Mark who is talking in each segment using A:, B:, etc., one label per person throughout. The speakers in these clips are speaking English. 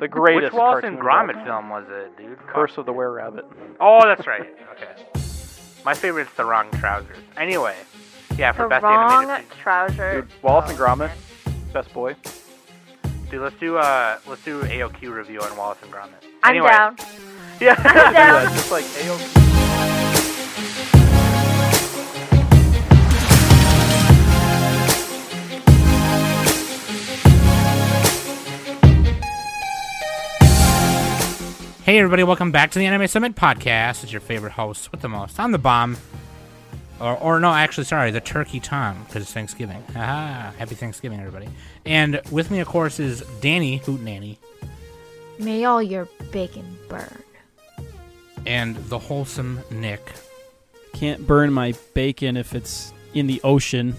A: The
B: Which
A: greatest.
B: Wallace
A: cartoon
B: and Gromit
A: rabbit.
B: film was it, dude? Fuck.
A: Curse of the Were Rabbit.
B: Oh, that's right. Okay. My favorite's The Wrong Trousers. Anyway, yeah, for
C: The
B: best
C: wrong
B: animated
C: trouser.
A: Dude, Wallace and Gromit, best boy.
B: feature. Dude, let's do uh, let's do AOQ review on Wallace and Gromit.
C: I'm
B: anyway,
C: down.
B: Yeah.
C: I'm down.
A: Yeah, just like AOP.
D: Hey, everybody, welcome back to the Anime Summit podcast. It's your favorite host with the most. I'm the bomb. Or, or no, actually, sorry, the Turkey Tom, because it's Thanksgiving. Haha, happy Thanksgiving, everybody. And with me, of course, is Danny Hootenanny
C: May all your bacon burn.
D: and the wholesome Nick.
E: Can't burn my bacon if it's in the ocean.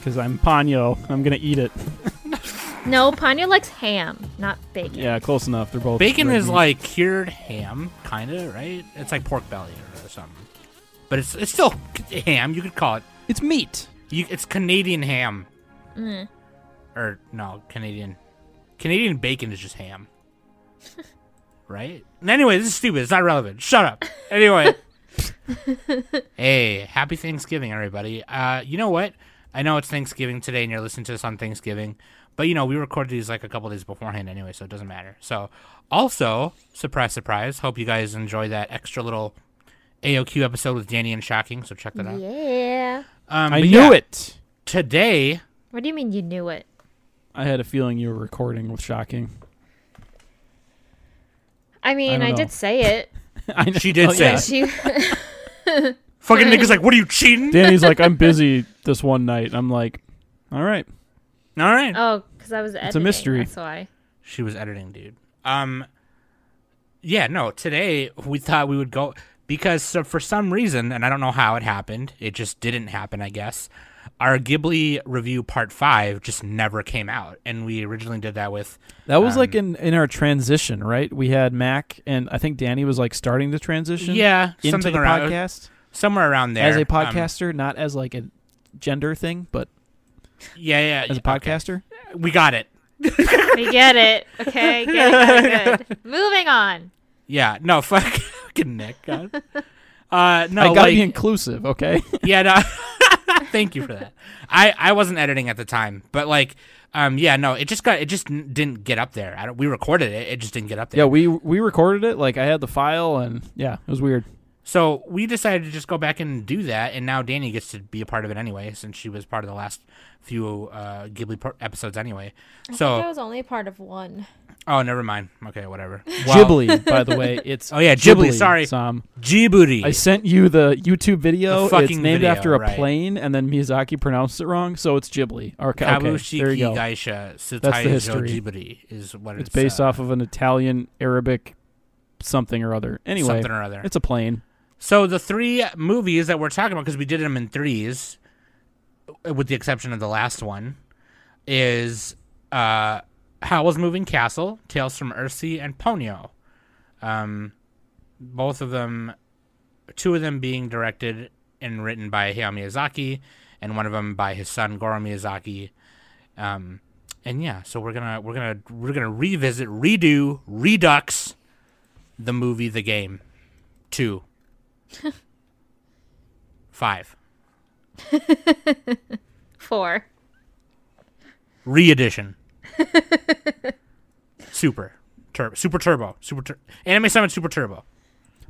E: Because I'm Ponyo. I'm going to eat it.
C: No, Panya likes ham, not bacon.
E: Yeah, close enough. They're both.
D: Bacon
E: red
D: is
E: meat.
D: like cured ham, kind of, right? It's like pork belly or something. But it's, it's still ham. You could call it.
E: It's meat.
D: You, it's Canadian ham. Or, no, Canadian. Canadian bacon is just ham. right? And anyway, this is stupid. It's not relevant. Shut up. Anyway. hey, happy Thanksgiving, everybody. Uh, you know what? I know it's Thanksgiving today and you're listening to this on Thanksgiving, but you know, we recorded these like a couple days beforehand anyway, so it doesn't matter. So, also, surprise, surprise. Hope you guys enjoy that extra little AOQ episode with Danny and Shocking, so check that out.
C: Yeah.
D: Um,
E: I
D: but
E: knew
D: yeah,
E: it.
D: Today,
C: What do you mean you knew it?
E: I had a feeling you were recording with shocking.
C: I mean,
E: don't
C: I,
E: know.
C: did say it.
E: I know.
D: She did say it.
C: She,
D: Fucking niggas like, what are you cheating?
E: Danny's like, I'm busy this one night. I'm like, all right.
D: All right.
C: oh, because I was editing.
E: mystery.
C: That's why.
D: She was editing, dude. Um, yeah, no. Today we thought we would go because so for some reason, and I don't know how it happened. It just didn't happen, I guess. Our Ghibli review part five just never came out, and we originally did that with
E: That was
D: Um,
E: like in, in our transition, right? We had Mac, and I think Danny was like starting the transition.
D: yeah
E: Into
D: something
E: the
D: around
E: podcast
D: somewhere around there
E: as a
D: Um,
E: podcaster, not as like a gender thing, but
D: yeah, yeah,
E: as
D: okay.
E: a podcaster.
D: we got it.
C: We get it. Okay, get it. Good. Moving on.
D: Yeah, no, fuck, fucking Nick. God. Uh, no,
E: I gotta
D: like,
E: be inclusive, okay?
D: yeah, no. Thank you for that. I I wasn't editing at the time, but like, um, yeah, no, it just got it just n- didn't get up there. I don't, we recorded it, it just didn't get up there.
E: yeah, we we recorded it. Like I had the file, and yeah, it was weird.
D: So we decided to just go back and do that, and now Danny gets to be a part of it anyway, since she was part of the last few uh, Ghibli par- episodes anyway. So
C: was only part of one.
D: oh, never mind. Okay, whatever.
E: Ghibli, by the way, it's
D: Oh, yeah, Ghibli, sorry.
E: Sam.
D: Djibouti.
E: I sent you the YouTube video.
D: The fucking
E: it's named
D: video,
E: after a
D: right.
E: plane, and then Miyazaki pronounced it wrong, so it's Ghibli. Okay, okay
D: Kabushiki
E: there you go.
D: Gaisha Sutai
E: That's the
D: Jo
E: history.
D: Djibouti is what it's,
E: It's based
D: uh,
E: off of an Italian Arabic something or other. Anyway,
D: something or other.
E: it's a plane.
D: So the three movies that we're talking about, because we did them in threes, with the exception of the last one, is uh, Howl's Moving Castle, Tales from Earthsea, and Ponyo. Um, both of them, two of them being directed and written by Hayao Miyazaki, and one of them by his son Goro Miyazaki. Um, and yeah, so we're gonna we're gonna we're gonna revisit, redo, redux the movie, the game, two five
C: Four.
D: re-edition super Tur- super turbo super Tur- anime summit super turbo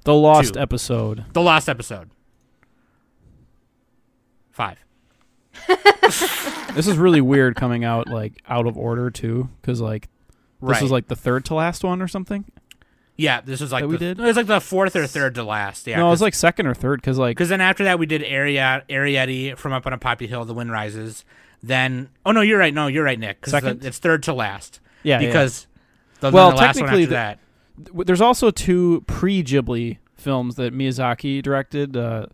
E: The lost
D: Two.
E: episode.
D: the last episode five
E: This is really weird coming out like out of order too, because like this
D: right
E: is like the third to last one or something.
D: yeah this was like
E: that
D: the,
E: we did?
D: it was like the fourth or third to last yeah
E: no, it was like second or third, because like
D: because then after that we did Ariad- Arietti from up on a poppy hill the wind rises then oh no you're right no you're right Nick 'cause the-
E: Second?
D: it's third to last
E: yeah, yeah.
D: because The,
E: Well,
D: the last one after
E: technically the-
D: that
E: W- there's also two pre Ghibli films that Miyazaki directed uh,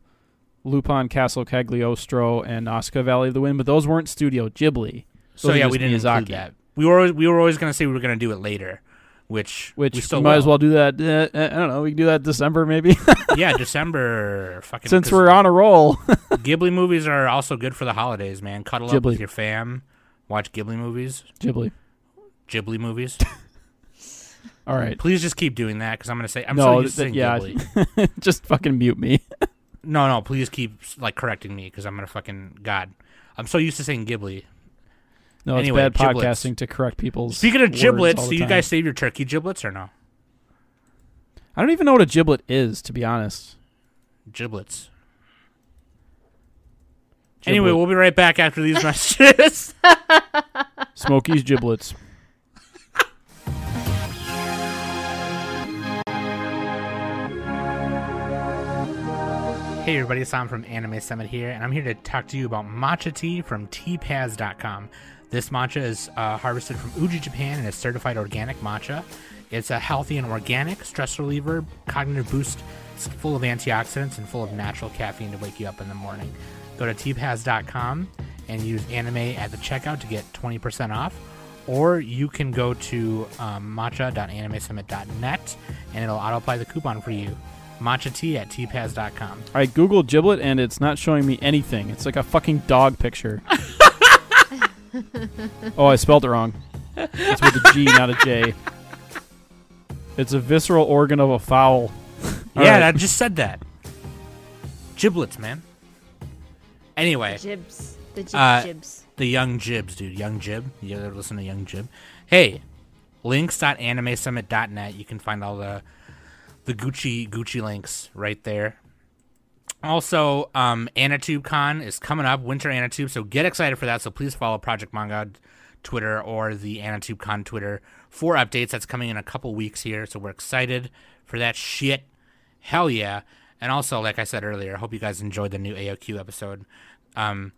E: Lupin, Castle Cagliostro, and Asuka Valley of the Wind, but those weren't Studio Ghibli,
D: so
E: are
D: yeah
E: just
D: we didn't
E: Miyazaki.
D: include that we were always, we were always gonna say we were gonna do it later which
E: which
D: we
E: we
D: still
E: might as
D: will.
E: well do that. Uh, uh, I don't know, we can do that December maybe,
D: yeah, December. Fucking
E: since
D: 'cause
E: we're on a roll.
D: Ghibli movies are also good for the holidays, man. Cuddle up
E: Ghibli.
D: with your fam, watch Ghibli movies.
E: Ghibli.
D: Ghibli movies.
E: All right.
D: Please just keep doing that because I'm gonna say I'm
E: no,
D: so used to saying
E: th- yeah,
D: Ghibli.
E: just fucking mute me.
D: No, no. Please keep like correcting me because I'm gonna fucking God. I'm so used to saying Ghibli.
E: No, it's
D: Anyway,
E: bad
D: giblets.
E: podcasting to correct people's.
D: Speaking of
E: words
D: giblets,
E: all
D: do
E: the
D: you
E: time.
D: guys save your turkey giblets or no?
E: I don't even know what a giblet is, to be honest.
D: Giblets. Anyway, we'll be right back after these messages.
E: Smokies giblets.
D: Hey everybody, it's Sam from Anime Summit here, and I'm here to talk to you about matcha tea from teapaz.com. This matcha is uh, harvested from Uji, Japan, and is certified organic matcha. It's a healthy and organic stress reliever, cognitive boost, it's full of antioxidants and full of natural caffeine to wake you up in the morning. Go to teapaz.com and use anime at the checkout to get 20% off or you can go to um, matcha.animesummit.net and it'll auto apply the coupon for you. Matcha tea at tpaz.com.
E: I googled giblet and it's not showing me anything. It's like a fucking dog picture. oh, I spelled it wrong. It's with a G, not a J. It's a visceral organ of a fowl. All
D: yeah,
E: right.
D: I just said that. Giblets, man. Anyway,
C: Jibs. The jib
D: Uh,
C: jibs.
D: the young jibs, dude. Young jib. You ever listen to Young Jib? Hey, links.animesummit.net. You can find all the the Gucci Gucci links right there. Also, um, AnitubeCon is coming up, Winter Anitube, so get excited for that. So please follow Project Manga Twitter or the AnitubeCon Twitter for updates. That's coming in a couple weeks here, so we're excited for that shit. Hell yeah. And also, like I said earlier, I hope you guys enjoyed the new AOQ episode. Um,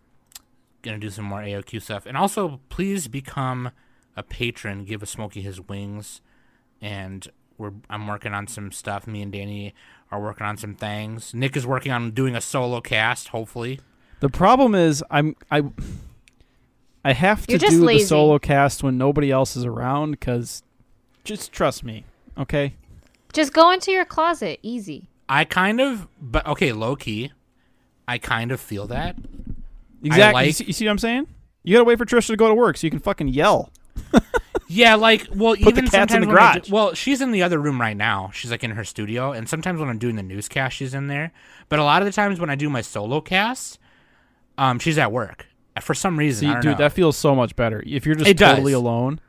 D: gonna do some more AOQ stuff. And also, please become a patron. Give a Smokey his wings. And we're I'm working on some stuff. Me and Danny are working on some things. Nick is working on doing a solo cast. Hopefully,
E: The problem is I'm I I have to
C: You're just
E: do
C: lazy.
E: the solo cast when nobody else is around cuz just trust me, okay?
C: Just go into your closet. Easy.
D: I kind of, but okay, low key, I kind of feel that.
E: Exactly. you,
D: like-
E: see, you see what I'm saying? You got to wait for Trisha to go to work so you can fucking yell.
D: Yeah, like well,
E: Put the
D: even
E: cats in
D: sometimes
E: the
D: when I do-
E: garage.
D: well, she's in the other room right now. She's like in her studio, and sometimes when I'm doing the newscast, she's in there. But a lot of the times when I do my solo cast, um, she's at work for some reason.
E: See,
D: I don't
E: dude,
D: know.
E: that feels so much better. If you're just
D: It does.
E: totally alone, 'cause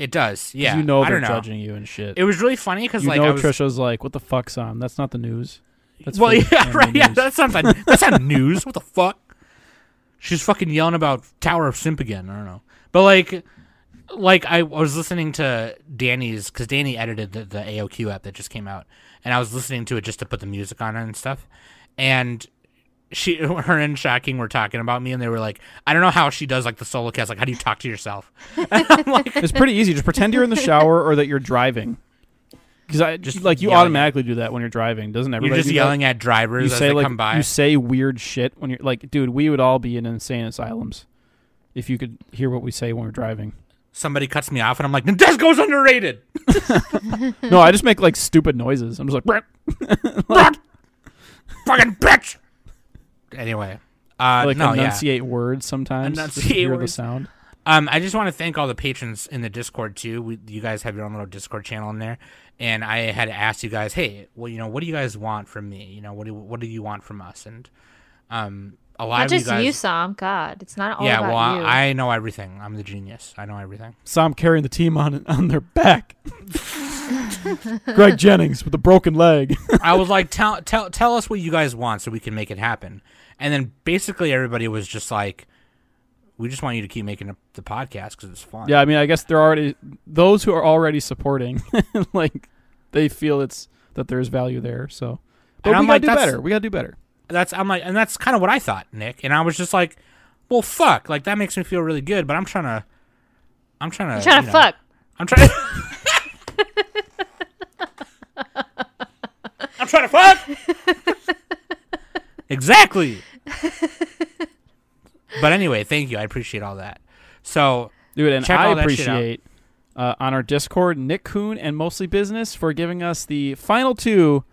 D: It does. Yeah,
E: you know
D: I
E: they're
D: don't know.
E: judging you and shit.
D: It was really funny because
E: you
D: like I
E: know
D: was
E: Trisha's like, "What the fuck's on? That's not the news." That's
D: well,
E: fake
D: yeah,
E: anime
D: right, yeah.
E: news."
D: That's not the- that's not news. What the fuck? She's fucking yelling about Tower of Simp again. I don't know, but like, like I was listening to Danny's because Danny edited the, the AOQ app that just came out, and I was listening to it just to put the music on it and stuff, and. She, her and Shocking were talking about me, and they were like, "I don't know how she does like the solo cast. Like, how do you talk to yourself?" And I'm like,
E: it's pretty easy. Just pretend you're in the shower or that you're driving. Because I
D: Just
E: just like you
D: yelling.
E: automatically do that when you're driving. Doesn't everybody?
D: "You're just
E: do that?
D: yelling at drivers
E: You
D: as
E: say
D: they
E: like
D: come by."
E: you say weird shit when you're like, dude. We would all be in insane asylums if you could hear what we say when we're driving.
D: somebody cuts me off and I'm like, Nadesco's underrated.
E: no, I just make like stupid noises. I'm just like, "Brr."
D: Fucking bitch. Anyway. Uh,
E: like
D: no, yeah.
E: enunciate words sometimes. just to
D: Enunciate
E: hear
D: words.
E: the sound.
D: Um, I just want to thank all the patrons in the Discord too. We, you guys have your own little Discord channel in there, and I had asked you guys, hey, well, you know, what do you guys want from me? You know, what do what do you want from us? And um, a lot
C: Not
D: of
C: just
D: you guys,
C: you, Sam. God, it's not all
D: yeah.
C: about
D: Well, I-
C: you.
D: I know everything. I'm the genius. I know everything.
E: So I'm carrying the team on on their back. Greg Jennings with a broken leg.
D: I was like, tell tell tell us what you guys want so we can make it happen. And then basically everybody was just like, we just want you to keep making the- the podcast because it's fun.
E: yeah, I mean, I guess they're already those who are already supporting, like they feel it's that there's value there. So, but
D: And
E: we
D: I'm
E: gotta
D: like,
E: do
D: that's-
E: better. We gotta do better.
D: that's I'm like, and that's kind of what I thought, Nick. And I was just like, well, fuck, like that makes me feel really good, but I'm trying to, I'm trying to,
C: You're trying to
D: you know,
C: fuck.
D: I'm trying. I'm trying to fuck. exactly. but anyway, thank you. I appreciate all that. So
E: Dude, and
D: Check
E: I
D: all that shit out.
E: appreciate uh, on our Discord Nick Kuhn and Mostly Business for giving us the final two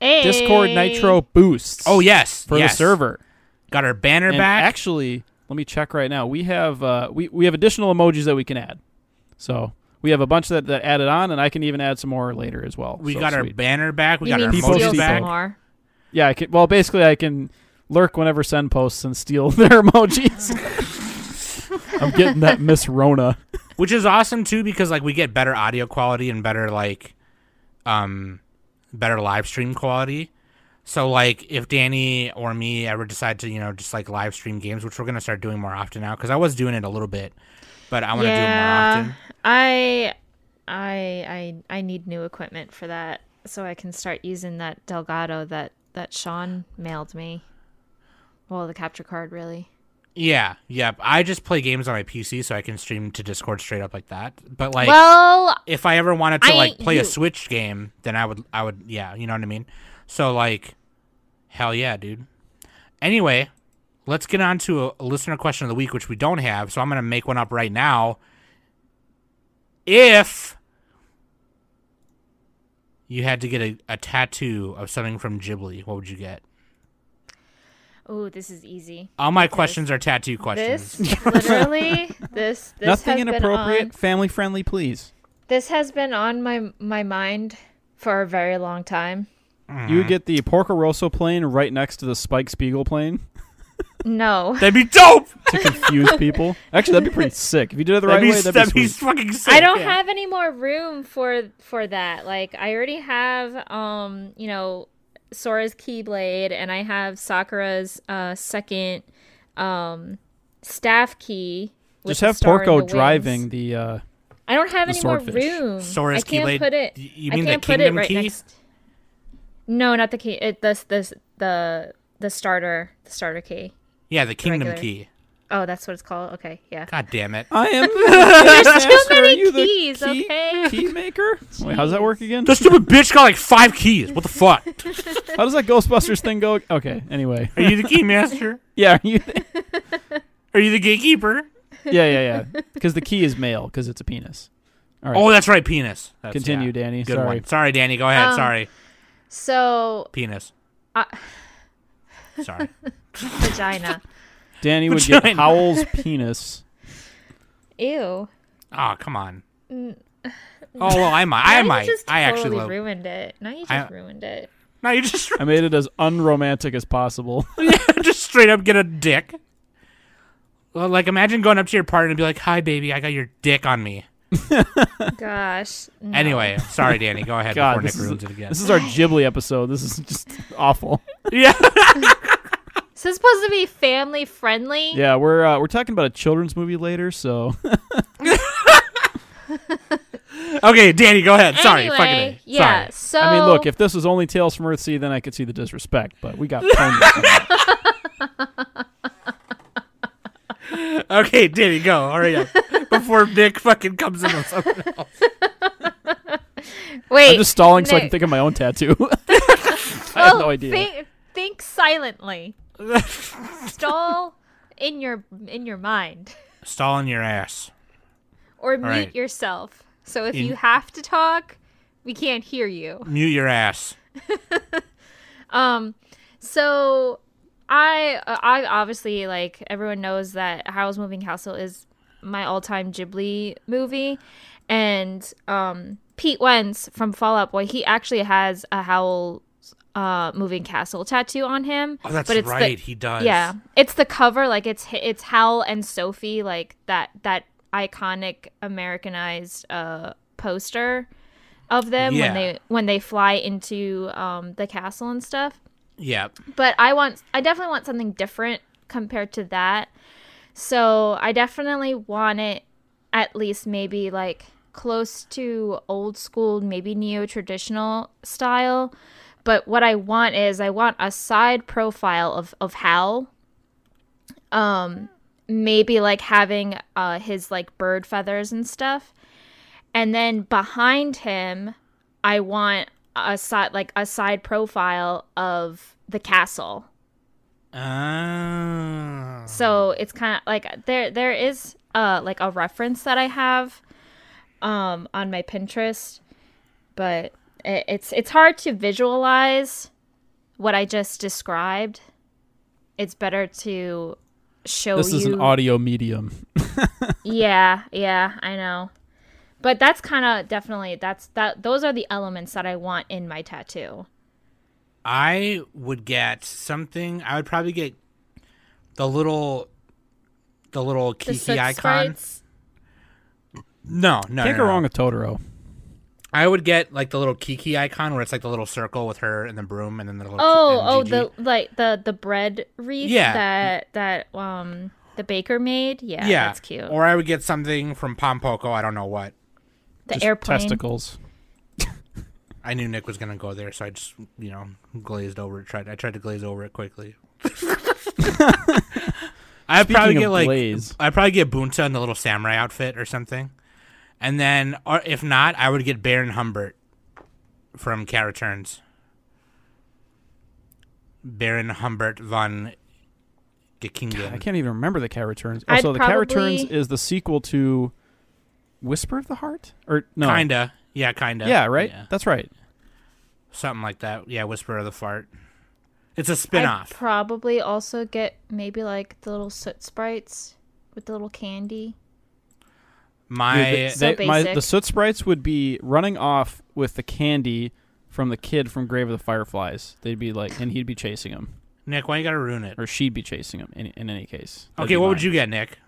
E: Discord
C: Hey.
E: Nitro boosts.
D: oh yes,
E: for
D: yes.
E: the server.
D: got our banner
E: And
D: back.
E: actually, let me check right now. We have uh, we we have additional emojis that we can add. So We have a bunch that, that added on, and I can even add some more later as well.
D: We
E: So
D: got our
E: sweet.
D: banner back. We
C: you
D: got
C: mean
D: our
E: People
C: steal
D: emoji
E: see
C: some
D: back.
C: more?
E: yeah. I can, well, basically, I can lurk whenever send posts and steal their emojis. I'm getting that Miss Rona.
D: which is awesome too because like we get better audio quality and better like um better live stream quality so like if danny or me ever decide to you know just like live stream games which we're going to start doing more often now because i was doing it a little bit but i want to do it more often
C: I, I, I, I need new equipment for that, so I can start using that Delgado that that Sean mailed me. Well, the capture card, really.
D: yeah yep i just play games on my pc so i can stream to discord straight up like that but like
C: well,
D: if i ever wanted to
C: I
D: like
C: ain't
D: play
C: you.
D: a switch game then i would i would yeah you know what i mean so like hell yeah dude anyway let's get on to a, a listener question of the week which we don't have so i'm gonna make one up right now if you had to get a, a tattoo of something from ghibli what would you get
C: oh, this is easy.
D: all my questions are tattoo questions
C: This literally, this this
E: Nothing
C: has Been on,
E: inappropriate. Family friendly, please.
C: this has been on my my mind for a very long time.
E: You get the Porco Rosso plane right next to the Spike Spiegel plane
C: No,
D: that'd be dope
E: to confuse people. Actually, that'd be pretty sick. If you did it the right
D: that'd, be,
E: way, that'd,
D: that'd
E: be
D: be
E: sweet.
D: fucking sick
C: I don't
D: yeah.
C: have any more room for for that. Like I already have um, you know, Sora's keyblade and I have Sakura's uh second um staff key. with
E: Just
C: the
E: have
C: star in
E: Porco
C: the
E: driving
C: wings.
E: the. Uh,
C: I don't have
E: the
C: any more
E: swordfish.
C: room.
D: Sora's
C: I can't
D: keyblade-
C: put it.
D: y- you
C: I
D: mean the
C: can't
D: kingdom
C: put it right
D: key?
C: Next... No, not the key. It the the the the starter the starter key.
D: yeah the kingdom
C: regular.
D: key
C: Oh, that's what it's called. Okay, yeah.
D: god damn it
E: I am.
C: There's too
E: Are
C: many
E: you the
C: keys.
E: key-
C: okay.
E: Key maker? Wait, how's that work again?
D: The stupid bitch got like five keys. What the fuck?
E: How does that Ghostbusters thing go? Okay, anyway.
D: Are you the key master?
E: Yeah, you
D: Are you the gatekeeper?
E: yeah, yeah, yeah. Because the key is male, because it's a penis. Right.
D: Oh, that's right, penis. That's,
E: Continue, Danny.
D: Good
E: Sorry.
D: one. Sorry, Danny. Go ahead.
C: Um,
D: Sorry,
C: So
D: penis.
C: I-
D: Sorry.
C: vagina.
E: Danny would get
D: Vagina.
E: Howl's penis.
C: Ew.
D: Oh, come on. Oh well, I might. I
C: Now
D: might.
C: You just
D: I actually
C: totally
D: love.
C: ruined it. Now you just
D: I-
C: ruined it.
D: No, you just
E: I made it as unromantic as possible.
D: just straight up get a dick. Well, like imagine going up to your partner and be like, "Hi, baby, I got your dick on me."
C: Gosh. no.
D: Anyway, sorry, Danny. Go ahead
E: God,
D: before Nick
E: this is,
D: ruins it again.
E: this is our Ghibli episode. This is just awful.
D: yeah.
C: This is supposed to be family friendly.
E: Yeah, we're uh, we're talking about a children's movie later, so
D: okay, Danny. Go ahead. Sorry.
C: Anyway,
D: fucking A. Sorry.
C: yeah. So
E: I mean, look, if this was only Tales from Earthsea, then I could see the disrespect, but we got plenty.
D: Okay, Danny, go. Hurry up before Nick fucking comes in with something else.
C: wait,
E: I'm just stalling so I can
C: Nick.
E: think of my own tattoo. I have no
C: Oh,
E: idea.
C: Think, think silently. Stall in your in your mind,
D: Stall in your ass.
C: or mute
D: right.
C: yourself. So if
D: In-
C: you have to talk, we can't hear you.
D: Mute your ass.
C: Um, so I I obviously like everyone knows that Howl's Moving Castle is my all-time Ghibli movie, and um Pete Wentz from Fall Out Boy he actually has a Howl uh Moving Castle tattoo on him.
D: Oh, that's
C: but it's the-
D: right. he does.
C: yeah, it's the cover like it's it's Howl and Sophie like that that iconic Americanized uh poster of them
D: Yeah.
C: when they when they fly into um the castle and stuff
D: Yeah.
C: but I want I definitely want something different compared to that. So I definitely want it at least maybe like close to old school, maybe neo traditional style. But what I want is I want a side profile of of Hal. Um, maybe like having uh his like bird feathers and stuff, and then behind him, I want a side like a side profile of the castle.
D: Oh.
C: So it's kind of like there there is uh like a reference that I have um on my Pinterest, but it, it's it's hard to visualize what I just described. It's better to show
E: This
C: Oh, you
E: is an audio medium.
C: Yeah, yeah, I know. But that's kind of definitely that's that those are the elements that I want in my tattoo.
D: I would get something. I would probably get the little, the little
C: The
D: Kiki
C: soot
D: icon.
C: sprites.
D: No, no, no,
E: Can't go
D: no.
E: wrong with Totoro.
D: I would get like the little Kiki icon where it's like the little circle with her and the broom and then the little.
C: Oh,
D: and
C: oh,
D: Gigi.
C: the like the the bread wreath
D: Yeah.
C: that that um the baker made. Yeah,
D: yeah,
C: that's cute.
D: Or I would get something from Pompoko. I don't know what.
C: the
E: Just
C: airplane.
E: testicles.
D: I knew Nick was gonna go there, so I just you know glazed over it. Tried I tried to glaze over it quickly. I would
E: Speaking
D: probably
E: of
D: get like
E: glaze.
D: I probably get Bunta in the little samurai outfit or something, and then or if not, I would get Baron Humbert from Cat Returns. Baron Humbert von
E: I
D: Gekingen.
E: can't even remember the Cat Returns.
C: I'd
E: Also, the Cat Returns
C: probably-
E: is the sequel to Whisper of the Heart, or no?
D: Kinda, yeah, kinda.
E: Yeah, right.
D: Yeah.
E: That's right.
D: Something like that. Yeah, Whisper of the Fart. It's a
C: I'd
D: spin-off.
C: probably also get maybe like the little soot sprites with the little candy.
D: My
E: Dude,
C: So
E: they- my-
C: basic.
E: the soot sprites would be running off with the candy from the kid from Grave of the Fireflies. They'd be like, and he'd be chasing him,
D: Nick, why you gotta ruin it?
E: or she'd be chasing him. In, in any case, That'd
D: Okay,
E: be
D: what would
E: mine.
D: you get, Nick?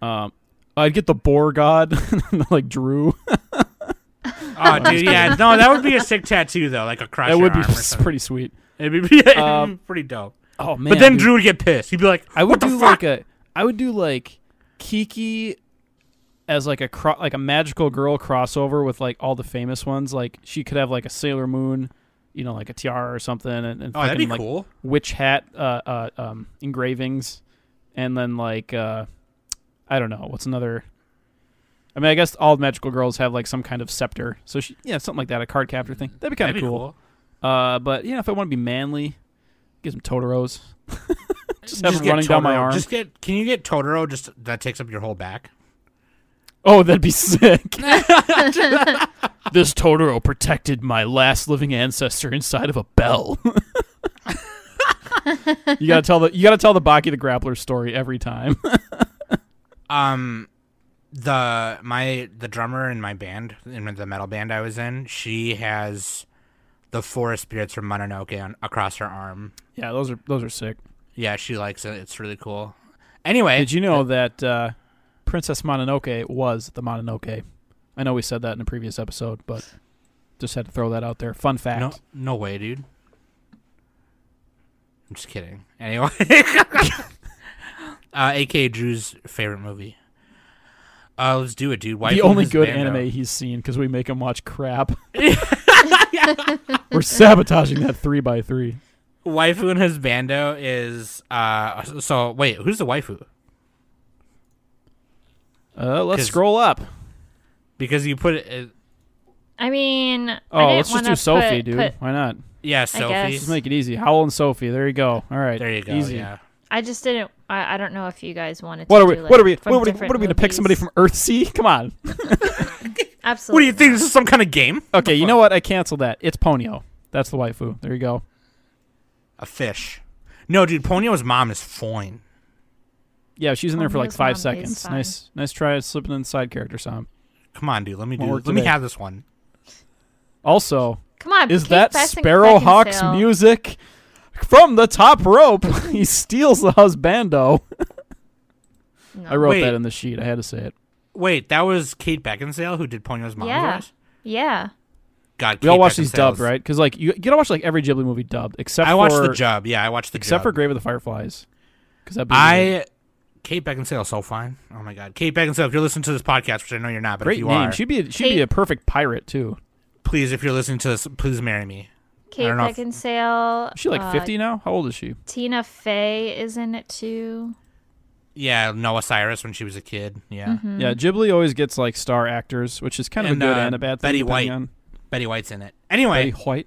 E: Um, I'd get the boar god, like Drew.
D: Oh, dude, yeah, no, that would be a sick tattoo though, like a cross.
E: that would be
D: arm or something.
E: pretty sweet.
D: It'd be
E: Um,
D: pretty dope.
E: Oh man!
D: But then
E: dude.
D: Drew would get pissed. He'd be like,
E: I would
D: what the
E: do
D: fuck?
E: like a I would do like Kiki as like a cro- like a magical girl crossover with like all the famous ones. Like she could have like a Sailor Moon, you know, like a tiara or something, and, and
D: Oh, that'd be
E: fucking, like
D: cool.
E: witch hat uh, uh, um, engravings, and then like uh, I don't know what's another. I mean, I guess all magical girls have like some kind of scepter, so she, yeah, something like that, a card capture thing. That'd be kind
D: That'd
E: of
D: be
E: cool.
D: cool.
E: Uh, but you know, if I want to be manly, get some Totoro's. just have them
D: get
E: running down my
D: Totoro.
E: arm.
D: Just get. Can you get Totoro? Just that takes up your whole back.
E: Oh, that'd be sick. this Totoro protected my last living ancestor inside of a bell. you gotta tell the you gotta tell the Baki the Grappler story every time.
D: Um, the my the drummer in my band in the metal band I was in, she has the forest spirits from Mononoke on, across her arm.
E: yeah, those are those are sick.
D: Yeah, she likes it. It's really cool. Anyway,
E: Did you know that uh, Princess Mononoke was the Mononoke? I know we said that in a previous episode, but just had to throw that out there. Fun fact.
D: No, no way, dude. I'm just kidding. Anyway, uh, AK Drew's favorite movie. Uh, let's do it, dude. Why
E: the
D: film
E: only
D: is
E: good
D: Mando?
E: anime he's seen because we make him watch crap. We're sabotaging that three by three.
D: Waifu in his bando is uh. So wait, who's the waifu?
E: Uh, let's
D: 'Cause-
E: scroll up.
D: Because you put it. Uh,
C: I mean, I
E: Oh,
C: didn't
E: let's just
C: wanna
E: do Sophie,
C: put-
E: dude.
C: put-
E: Why not?
D: yeah,
E: Just
D: Sophie.
C: guess.
E: make it easy. Howl and Sophie. There you go. All right.
D: There you go.
E: Easy.
D: Yeah.
C: I just didn't. I, I don't know if you guys wanted.
E: What
C: to
E: are we?
C: do, like,
E: what are we?
C: from
E: What are we?
C: different
E: What are we gonna pick
C: movies.
E: somebody from Earthsea? Come on.
C: Absolutely.
D: What do you think? This is some kind of game?
E: Okay. You know what? I cancel that. It's Ponyo. That's the waifu. There you go.
D: A fish. No, dude. Ponyo's mom is Foin.
E: Yeah, she's in there for like
C: Ponyo's mom
E: five
C: is
E: seconds.
C: fine.
E: Nice, nice try slipping in side character, Sam.
D: Come on, dude. Let me do.
E: Won't work
D: Let me
E: today.
D: have this one.
E: Also,
C: Come on.
E: is
C: Kate
E: that
C: Beckin-
E: Sparrowhawk's
C: Beckinsale.
E: music from the top rope? he steals the husbando.
C: No.
E: I wrote
D: Wait.
E: that in the sheet. I had to say it.
D: Wait, that was Kate Beckinsale who did Ponyo's mom.
C: Yeah.
D: voice?
C: Yeah.
D: God,
E: We all
D: Kate
E: watch these
D: Beckinsale's-
E: dubbed, right? Because like you, you gotta watch like every Ghibli movie dubbed, except
D: I
E: for
D: watched the job. Yeah, I watched the
E: except for
D: job.
E: Grave of the Fireflies. Because that
D: I Kate Beckinsale is so fine. Oh my god, Kate Beckinsale. If you're listening to this podcast, which I know you're not, but if
E: great
D: you
E: name.
D: are,
E: She'd be a, she'd be
C: Kate-
E: a perfect pirate too.
D: please, if you're listening to this, please marry me.
C: Kate
D: don't know if-
C: Beckinsale.
E: Is she like
C: uh, mm-hmm.
E: fifty now? How old is she?
C: Tina Fey is in it too.
D: Yeah, Noah Cyrus when she was a kid. Yeah,
E: Yeah, Ghibli always gets like star actors, which is kind of
D: And,
E: a good
D: uh,
E: and a bad thing.
D: Betty
E: depending
D: White.
E: on-
D: Betty White's in it. Anyway,
E: Betty White,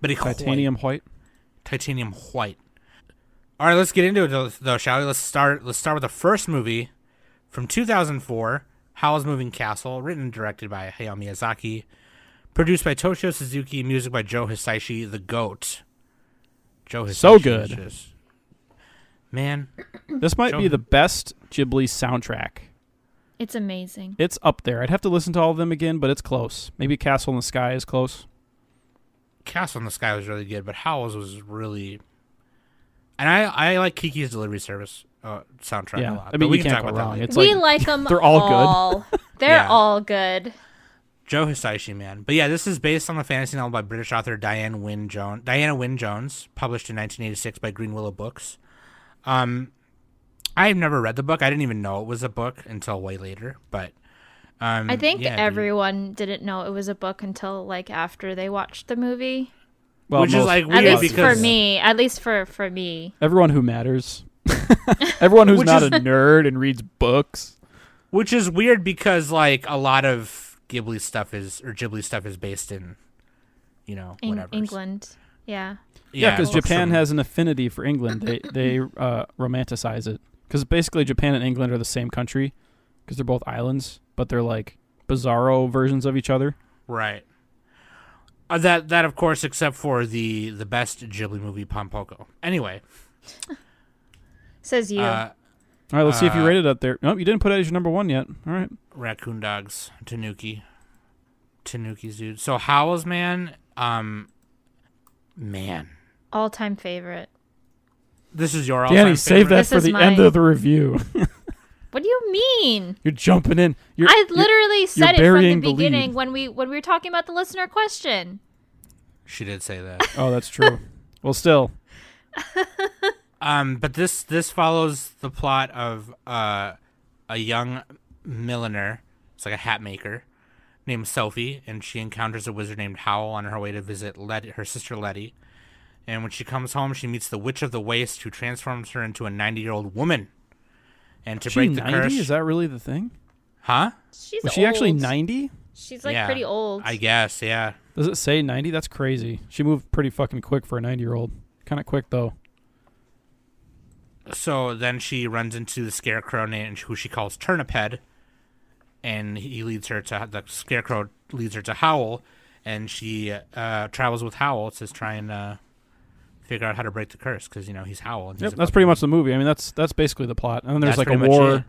D: Betty
E: titanium white.
D: White. titanium white. All right, let's get into it though, though, shall we? Let's start. Let's start with the first movie from 2004, Howl's Moving Castle, written and directed by Hayao Miyazaki, produced by Toshio Suzuki, music by Joe Hisaishi, the Goat. Joe Hisaishi.
E: So
D: is
E: good.
D: just- man,
E: This might
D: Show
E: be
D: him.
E: the best Ghibli soundtrack
C: It's amazing.
E: It's up there. I'd have to listen to all of them again, but it's close. Maybe Castle in the Sky is close.
D: Castle in the Sky was really good, but Howl's was really. And I I like Kiki's Delivery Service uh, soundtrack
E: Yeah.
D: a lot.
E: I mean,
D: but
E: you
D: we can
E: can't
D: talk
E: go
D: about that
E: wrong.
D: later.
E: It's
C: we
E: like-
C: like them.
E: they're all good.
C: good. they're
D: Yeah.
C: all good.
D: Joe Hisaishi, man. But yeah, this is based on a fantasy novel by British author Diane Wynne Jones, Diana Wynne Jones, published in 1986 by Green Willow Books. Um, I've never read the book. I didn't even know it was a book until way later. But um,
E: Mm,
C: I think
D: yeah, dude.
C: everyone didn't know it was a book until like after they watched the movie.
E: Well,
D: Which is,
E: most-
D: like,
E: a
D: weird
E: lot of
C: at least for
D: because-
E: people.
C: me. At least for for me.
E: Everyone who matters. Everyone who's
D: Which
E: not
D: is-
E: a nerd and reads books.
D: which is weird because like a lot of Ghibli stuff is or Ghibli stuff is based in, you know,
C: In
D: whatever
C: England. Yeah.
E: Yeah, because
D: books
E: Japan
D: from-
E: has an affinity for England. They they uh, romanticize it because basically Japan and England are the same country because they're both islands, but they're like bizarro versions of each other.
D: Right. Uh, that that of course, except for the the best Ghibli movie, Pompoko. Anyway,
C: Says you.
D: uh,
E: All right, let's see if you
D: Uh,
E: rate it up there. Nope, you didn't put it as your number one yet. All right,
D: raccoon dogs, Tanuki, Tanuki's dude. So Howl's man, um, man,
C: all time favorite.
D: this is your all
E: Danny, save that
C: This
E: for
C: is
E: the
C: mine.
E: end of the review.
C: What do you mean?
E: you're jumping in. You're,
C: I
E: you're-
C: literally said it from the
E: burying the lead.
C: beginning when we when we were talking about the listener question.
D: She did say that.
E: Oh, that's true. well, still,
D: Um, but this this follows the plot of uh, a young milliner. It's like a hat maker named Sophie, and she encounters a wizard named Howl on her way to visit Let- her sister Letty. And when she comes home, she meets the Witch of the Waste, who transforms her into a ninety-year-old woman. And to
E: she
D: break the
E: 90?
D: curse,
E: Is that really the thing?
D: huh?
C: She's
E: Was she actually
C: old.
E: 90?
C: She's like
D: Yeah,
C: pretty old.
D: I guess, yeah.
E: Does it say 90? That's crazy. She moved pretty fucking quick for a 90 year old. Kind of quick though.
D: So then she runs into the scarecrow named who she calls Turniphead, and he leads her to the scarecrow leads her to Howl, and she uh, travels with Howl to try and uh, figure out how to break the curse because you know he's Howl. And he's
E: Yep,
D: a
E: that's pretty
D: fucking-
E: much the movie. I mean, that's that's basically the plot. And then there's
D: That's
E: like a
D: pretty much
E: war
D: it.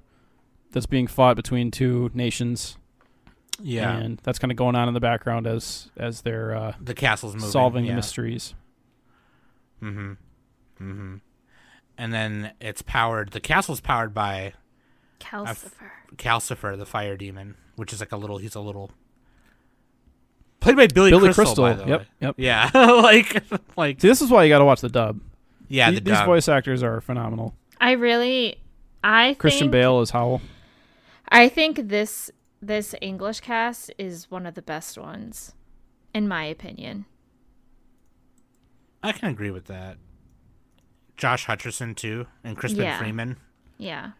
E: that's being fought between two nations,
D: yeah.
E: and that's kind of going on in the background as as they're uh,
D: the castle's moving,
E: solving
D: yeah.
E: the mysteries.
D: Mm-hmm. Mm-hmm. And then it's powered. The castle's powered by
C: Calcifer.
D: Calcifer, the fire demon, which is like a little. He's a little. Played by Billy,
E: Billy
D: Crystal. by
E: Crystal,
D: the
E: yep,
D: way.
E: yep.
D: Yeah, like, like,
E: See, this is why you got to watch the dub.
D: yeah.
E: The-
D: The
E: These
D: dub.
E: voice actors are phenomenal.
C: I really I
E: Christian
C: think
E: Bale is Howl.
C: I think this this English cast is one of the best ones in my opinion.
D: I can agree with that. Josh Hutcherson too, and Crispin
C: Yeah.
D: Freeman,
C: Yeah.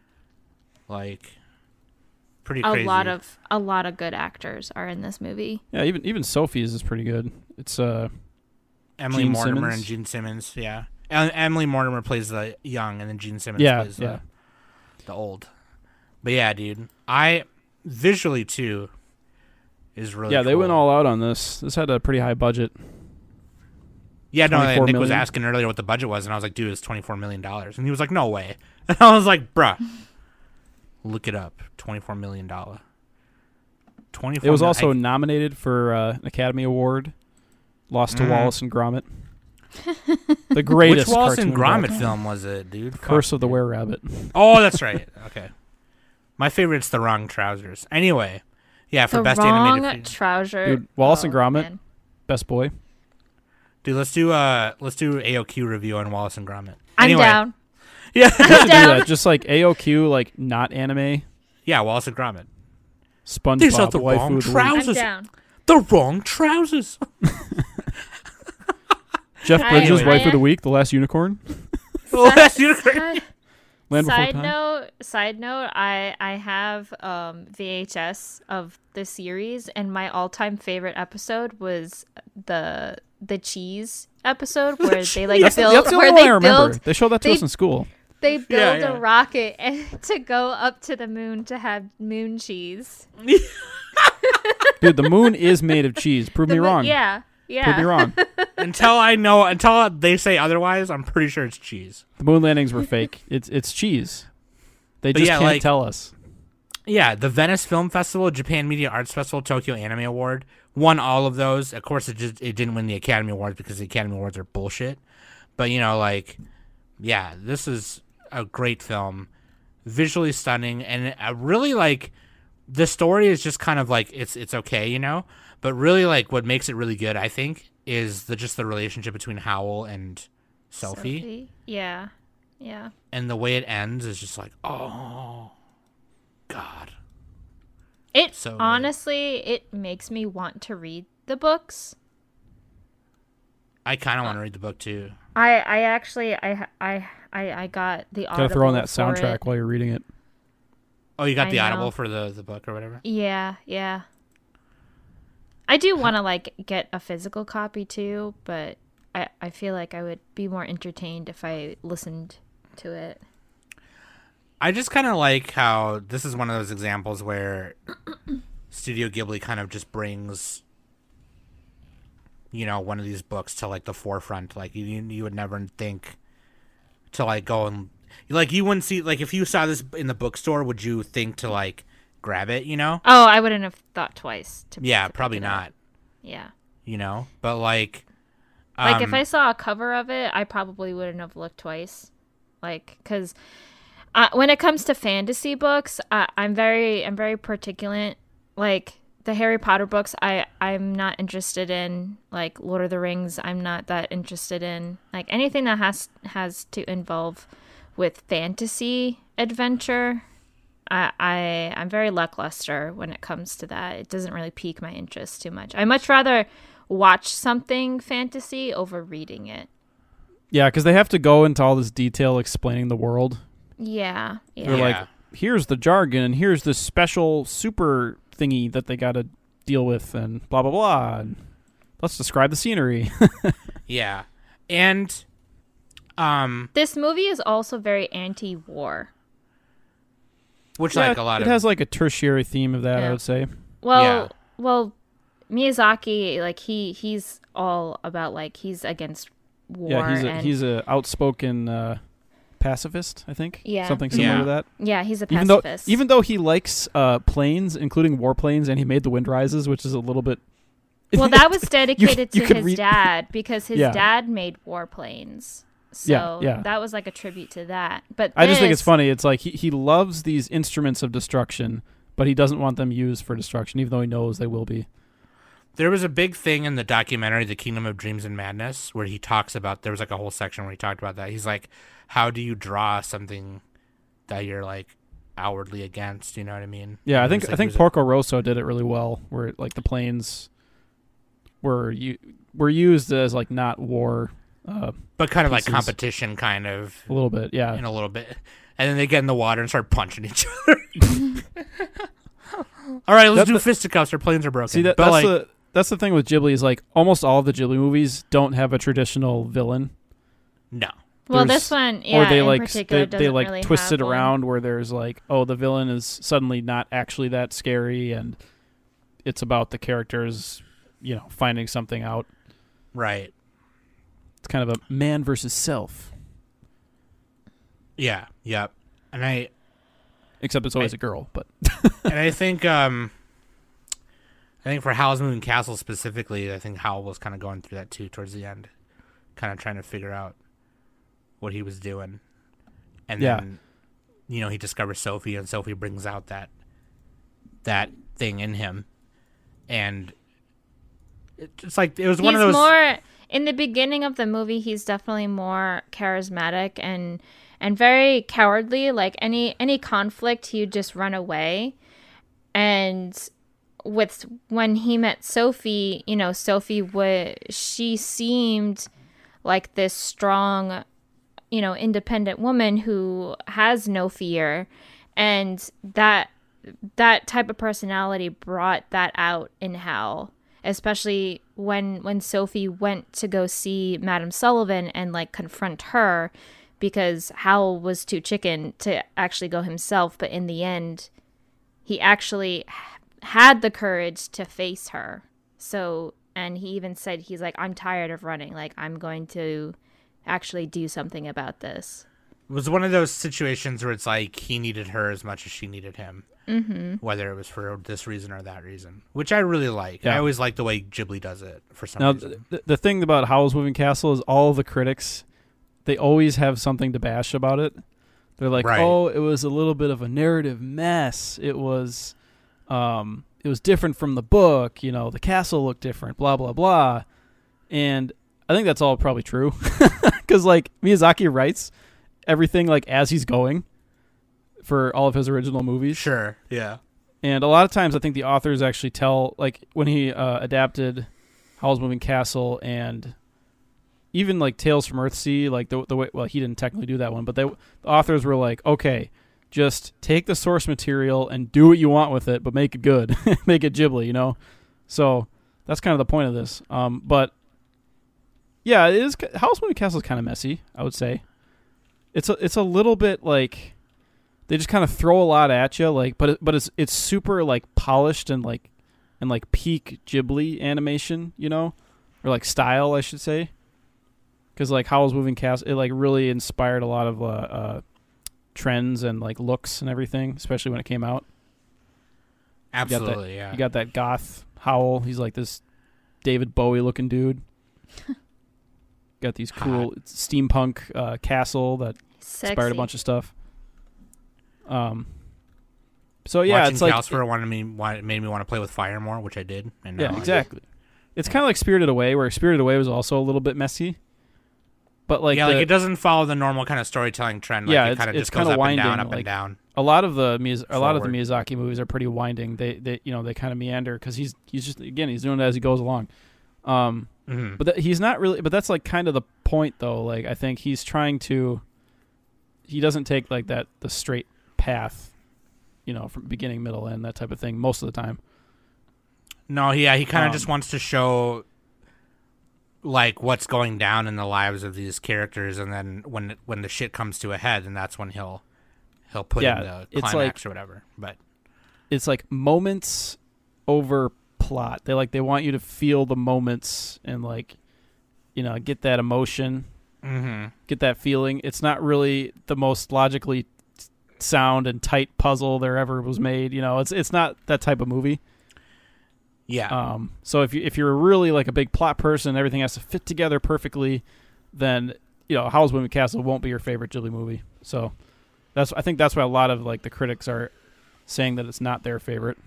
D: like pretty
C: A
D: crazy.
C: lot of a lot of good actors are in this movie.
E: Yeah, even even Sophie's is pretty good. It's uh
D: Emily
E: Gene
D: Mortimer
E: Simmons.
D: and Gene Simmons. Yeah, Em- Emily Mortimer plays the young, and then Gene Simmons
E: Yeah,
D: plays
E: yeah.
D: the the old. But yeah, dude, I visually too is really
E: yeah they went
D: cool.
E: all out on this. This had a pretty high budget.
D: yeah no. Nick
E: 24
D: was
E: million.
D: asking earlier what the budget was, and I was like, dude, it's twenty four million dollars, and he was like, no way, and I was like, bruh, look it up, twenty four million dollar. Twenty four.
E: It was also nominated for uh, an Academy Award. Lost to
D: Mm.
E: Wallace and Gromit. the greatest
D: Which Wallace and
E: cartoon of
D: Gromit
E: all time.
D: film was it, dude? Fuck.
E: Curse of the Were Rabbit.
D: Oh, that's right. Okay. My favorite's The Wrong Trousers. Anyway, yeah, for
C: the
D: best
C: wrong
D: animated feature.
C: trouser. Oh,
E: Dude, Wallace and Gromit.
C: man.
E: Best boy.
D: Dude, let's do uh let's do AOQ review on Wallace and Gromit.
C: I'm
D: Anyway,
C: down.
D: Yeah.
C: I'm
E: Do
C: down.
E: that. Just like AOQ, like not anime.
D: yeah, Wallace and Gromit.
E: SpongeBob.
D: These are the
E: waifu
D: wrong
E: of the week.
D: trousers.
C: I'm down.
D: The wrong trousers.
E: Jeff
C: Can I-
E: Bridges,
D: Anyway.
E: wife of the week, the last unicorn.
D: Last unicorn.
C: Side
E: Land Before Time.
C: note, side note, I I have um VHS of the series and my all-time favorite episode was the the cheese episode where they like
E: That's, the-
C: build
E: that's the only
C: where
E: one
C: they
E: I remember.
C: build
E: they showed that to
C: they-
E: us in school.
C: they build
D: Yeah, yeah.
C: a rocket and, to go up to the moon to have moon cheese.
E: Dude, the moon is made of cheese. Prove
C: The
E: me
C: moon-
E: wrong.
C: Yeah.
E: Prove
C: Yeah.
E: me wrong.
D: until I know until they say otherwise, I'm pretty sure it's cheese.
E: The moon landings were fake. It's it's cheese. They
D: But
E: just
D: yeah,
E: can't
D: like-
E: tell us.
D: Yeah, the Venice Film Festival, Japan Media Arts Festival, Tokyo Anime Award won all of those. Of course, it just it didn't win the Academy Awards because the Academy Awards are bullshit. But you know, like, yeah, this is a great film, visually stunning, and I really like the story is just kind of like it's it's okay, you know. But really, like, what makes it really good, I think, is the just the relationship between Howl and Sophie,
C: Sophie? Yeah. Yeah.
D: and the way it ends is just like, oh, God.
C: It
D: So good.
C: honestly, it makes me want to read the books.
D: I kind of want to read the book too.
C: I I actually I ha- I I, I got the
E: Gotta throw on that
C: Audible for
E: soundtrack
C: it.
E: while you're reading it.
D: Oh, you got
C: I
D: the audible
C: know.
D: for the the book or whatever.
C: Yeah, yeah. I do want to like get a physical copy too, but I I feel like I would be more entertained if I listened to it.
D: I just kind of like how this is one of those examples where Studio Ghibli kind of just brings you know one of these books to like the forefront like you you would never think to like go and like you wouldn't see like if you saw this in the bookstore would you think to like grab it you know
C: Oh, I wouldn't have thought twice. To
D: yeah
C: to pick
D: probably
C: it up.
D: not
C: Yeah.
D: you know but like
C: Like if
D: um,
C: I saw a cover of it, I probably wouldn't have looked twice. Like because uh, when it comes to fantasy books, I, I'm very I'm very particular. Like the Harry Potter books, I I'm not interested in. Like Lord of the Rings, I'm not that interested in. Like anything that has has to involve with fantasy adventure. I, I I'm very lackluster when it comes to that. It doesn't really pique my interest too much. I much rather watch something fantasy over reading it.
E: Yeah, because they have to go into all this detail explaining the world.
C: Yeah, yeah,
E: They're
D: Yeah.
E: like, here's the jargon, and here's this special super thingy that they got to deal with, and blah blah blah. And let's describe the scenery.
D: yeah and um
C: This movie is also very anti-war.
D: which like a lot
E: it
D: of
E: has like a tertiary theme of that.
C: Yeah.
E: I would say.
C: Well,
D: Yeah.
C: well, Miyazaki like he he's all about like he's against war.
E: yeah, he's a
C: and,
E: he's a outspoken uh, pacifist. I think.
C: Yeah.
E: Something similar
D: Yeah.
E: to that.
C: yeah he's a
E: Even though
C: pacifist.
E: even though he likes uh, planes, including warplanes, and he made the Wind Rises, which is a little bit.
C: well, that was dedicated
E: you
C: to
E: could
C: his
E: read-
C: dad because his
E: Yeah.
C: dad made warplanes. So
E: Yeah, yeah.
C: that was like a tribute to that. But
E: I just think it's
C: this-
E: funny. It's like he, he loves these instruments of destruction, but he doesn't want them used for destruction, even though he knows they will be.
D: There was a big thing in the documentary, The Kingdom of Dreams and Madness, where he talks about there was like a whole section where he talked about that. He's like, How do you draw something that you're like outwardly against? You know what I mean?
E: Yeah, I
D: And it was,
E: think
D: like,
E: I
D: it
E: think
D: was a-
E: Porco Rosso did it really well, where like the planes were you were used as like not war, uh,
D: but kind of like
E: pieces.
D: competition, kind of
E: a little bit. Yeah,
D: in a little bit. And then they get in the water and start punching each other. All right, let's
E: That-
D: do fisticuffs. Our planes are broken.
E: See that
D: but like,
E: that's the that's the thing with Ghibli is like almost all of the Ghibli movies don't have a traditional villain,
D: no.
C: Well,
E: there's-
C: this one, yeah,
E: or they
C: in
E: like s-
C: particular,
E: they, they
C: doesn't
E: like
C: really
E: twist
C: have
E: it
C: one.
E: around where there's like oh the villain is suddenly not actually that scary and it's about the characters you know finding something out.
D: Right.
E: It's kind of a man versus self,
D: Yeah. Yep. And I,
E: except it's always a girl. But
D: and I think um I think for Howl's Moving Castle specifically, I think Howl was kind of going through that too towards the end, kind of trying to figure out what he was doing, and
E: Yeah.
D: then you know he discovers Sophie, and Sophie brings out that that thing in him, and it- it's like it was one
C: he's
D: of those
C: more in the beginning of the movie he's definitely more charismatic and and very cowardly like any any conflict he would just run away and with when he met sophie you know sophie would she seemed like this strong you know independent woman who has no fear and that that type of personality brought that out in Hal, especially when when Sophie went to go see Madame Sullivan and like confront her because Hal was too chicken to actually go himself, but in the end he actually h- had the courage to face her. So and he even said he's like I'm tired of running, like I'm going to actually do something about this.
D: It was one of those situations where it's like he needed her as much as she needed him, mm-hmm. whether it was for this reason or that reason, which I really like. I
E: Yeah.
D: always like the way Ghibli does it for some
E: Now, th-
D: reason.
E: th- the thing about Howl's Moving Castle is all the critics, they always have something to bash about it. They're like,
D: Right.
E: "Oh, it was a little bit of a narrative mess. It was, um, it was different from the book. You know, the castle looked different. Blah blah blah." And I think that's all probably true, because like Miyazaki writes everything like as he's going for all of his original movies.
D: Sure. Yeah.
E: And a lot of times, I think the authors actually tell, like when he uh, adapted Howl's Moving Castle and even like Tales from Earthsea, like the the way well he didn't technically do that one, but they, the authors were like, okay, just take the source material and do what you want with it, but make it good, make it Ghibli, you know. So that's kind of the point of this. Um, but yeah, it is. Howl's Moving Castle is kind of messy, I would say. It's a it's a little bit like they just kind of throw a lot at you like but it, but it's it's super like polished and like and like peak Ghibli animation, you know, or like style, I should say. Cuz like Howl's Moving Castle it like really inspired a lot of uh, uh trends and like looks and everything, especially when it came out.
D: Absolutely. yeah.
E: You got that goth Howl, he's like this David Bowie looking dude. got these cool steampunk uh, castle that
C: Sexy.
E: inspired a bunch of stuff. Um. So yeah,
D: Watching
E: it's like
D: Calcifer wanted me wanted, made me want to play with fire more, which I did. And now
E: yeah,
D: I-
E: exactly. It's kind of like Spirited Away, where Spirited Away was also a little bit messy, but like,
D: yeah,
E: the-
D: like it doesn't follow the normal kind of storytelling trend. Like,
E: Yeah,
D: it
E: it's-
D: kind of
E: it's
D: just goes
E: kinda
D: up and down,
E: winding,
D: up
E: like-
D: and down.
E: a lot of the Miyaz- a lot of the
D: Forward.
E: Miyazaki movies are pretty winding. They they you know they kind of meander because he's he's just again he's doing it as he goes along. Um,
D: Mhm.
E: but that, he's not really. But that's like kind of the point, though. Like I think he's trying to. He doesn't take like that the straight path, you know, from beginning, middle, end, that type of thing most of the time.
D: No, he- yeah, he kind of
E: Um,
D: just wants to show like what's going down in the lives of these characters, and then when when the shit comes to a head, and that's when he'll he'll put
E: Yeah,
D: in the
E: it's
D: climax or whatever. But
E: it's like moments over plot. They like they want you to feel the moments and like you know, get that emotion,
D: hmm
E: get that feeling. It's not really the most logically sound and tight puzzle there ever was made, you know. It's it's not that type of movie.
D: yeah,
E: Um so if you if you're really like a big plot person, everything has to fit together perfectly, then you know, Howl's Moving Castle won't be your favorite Ghibli movie. So that's I think that's why a lot of like the critics are saying that it's not their favorite,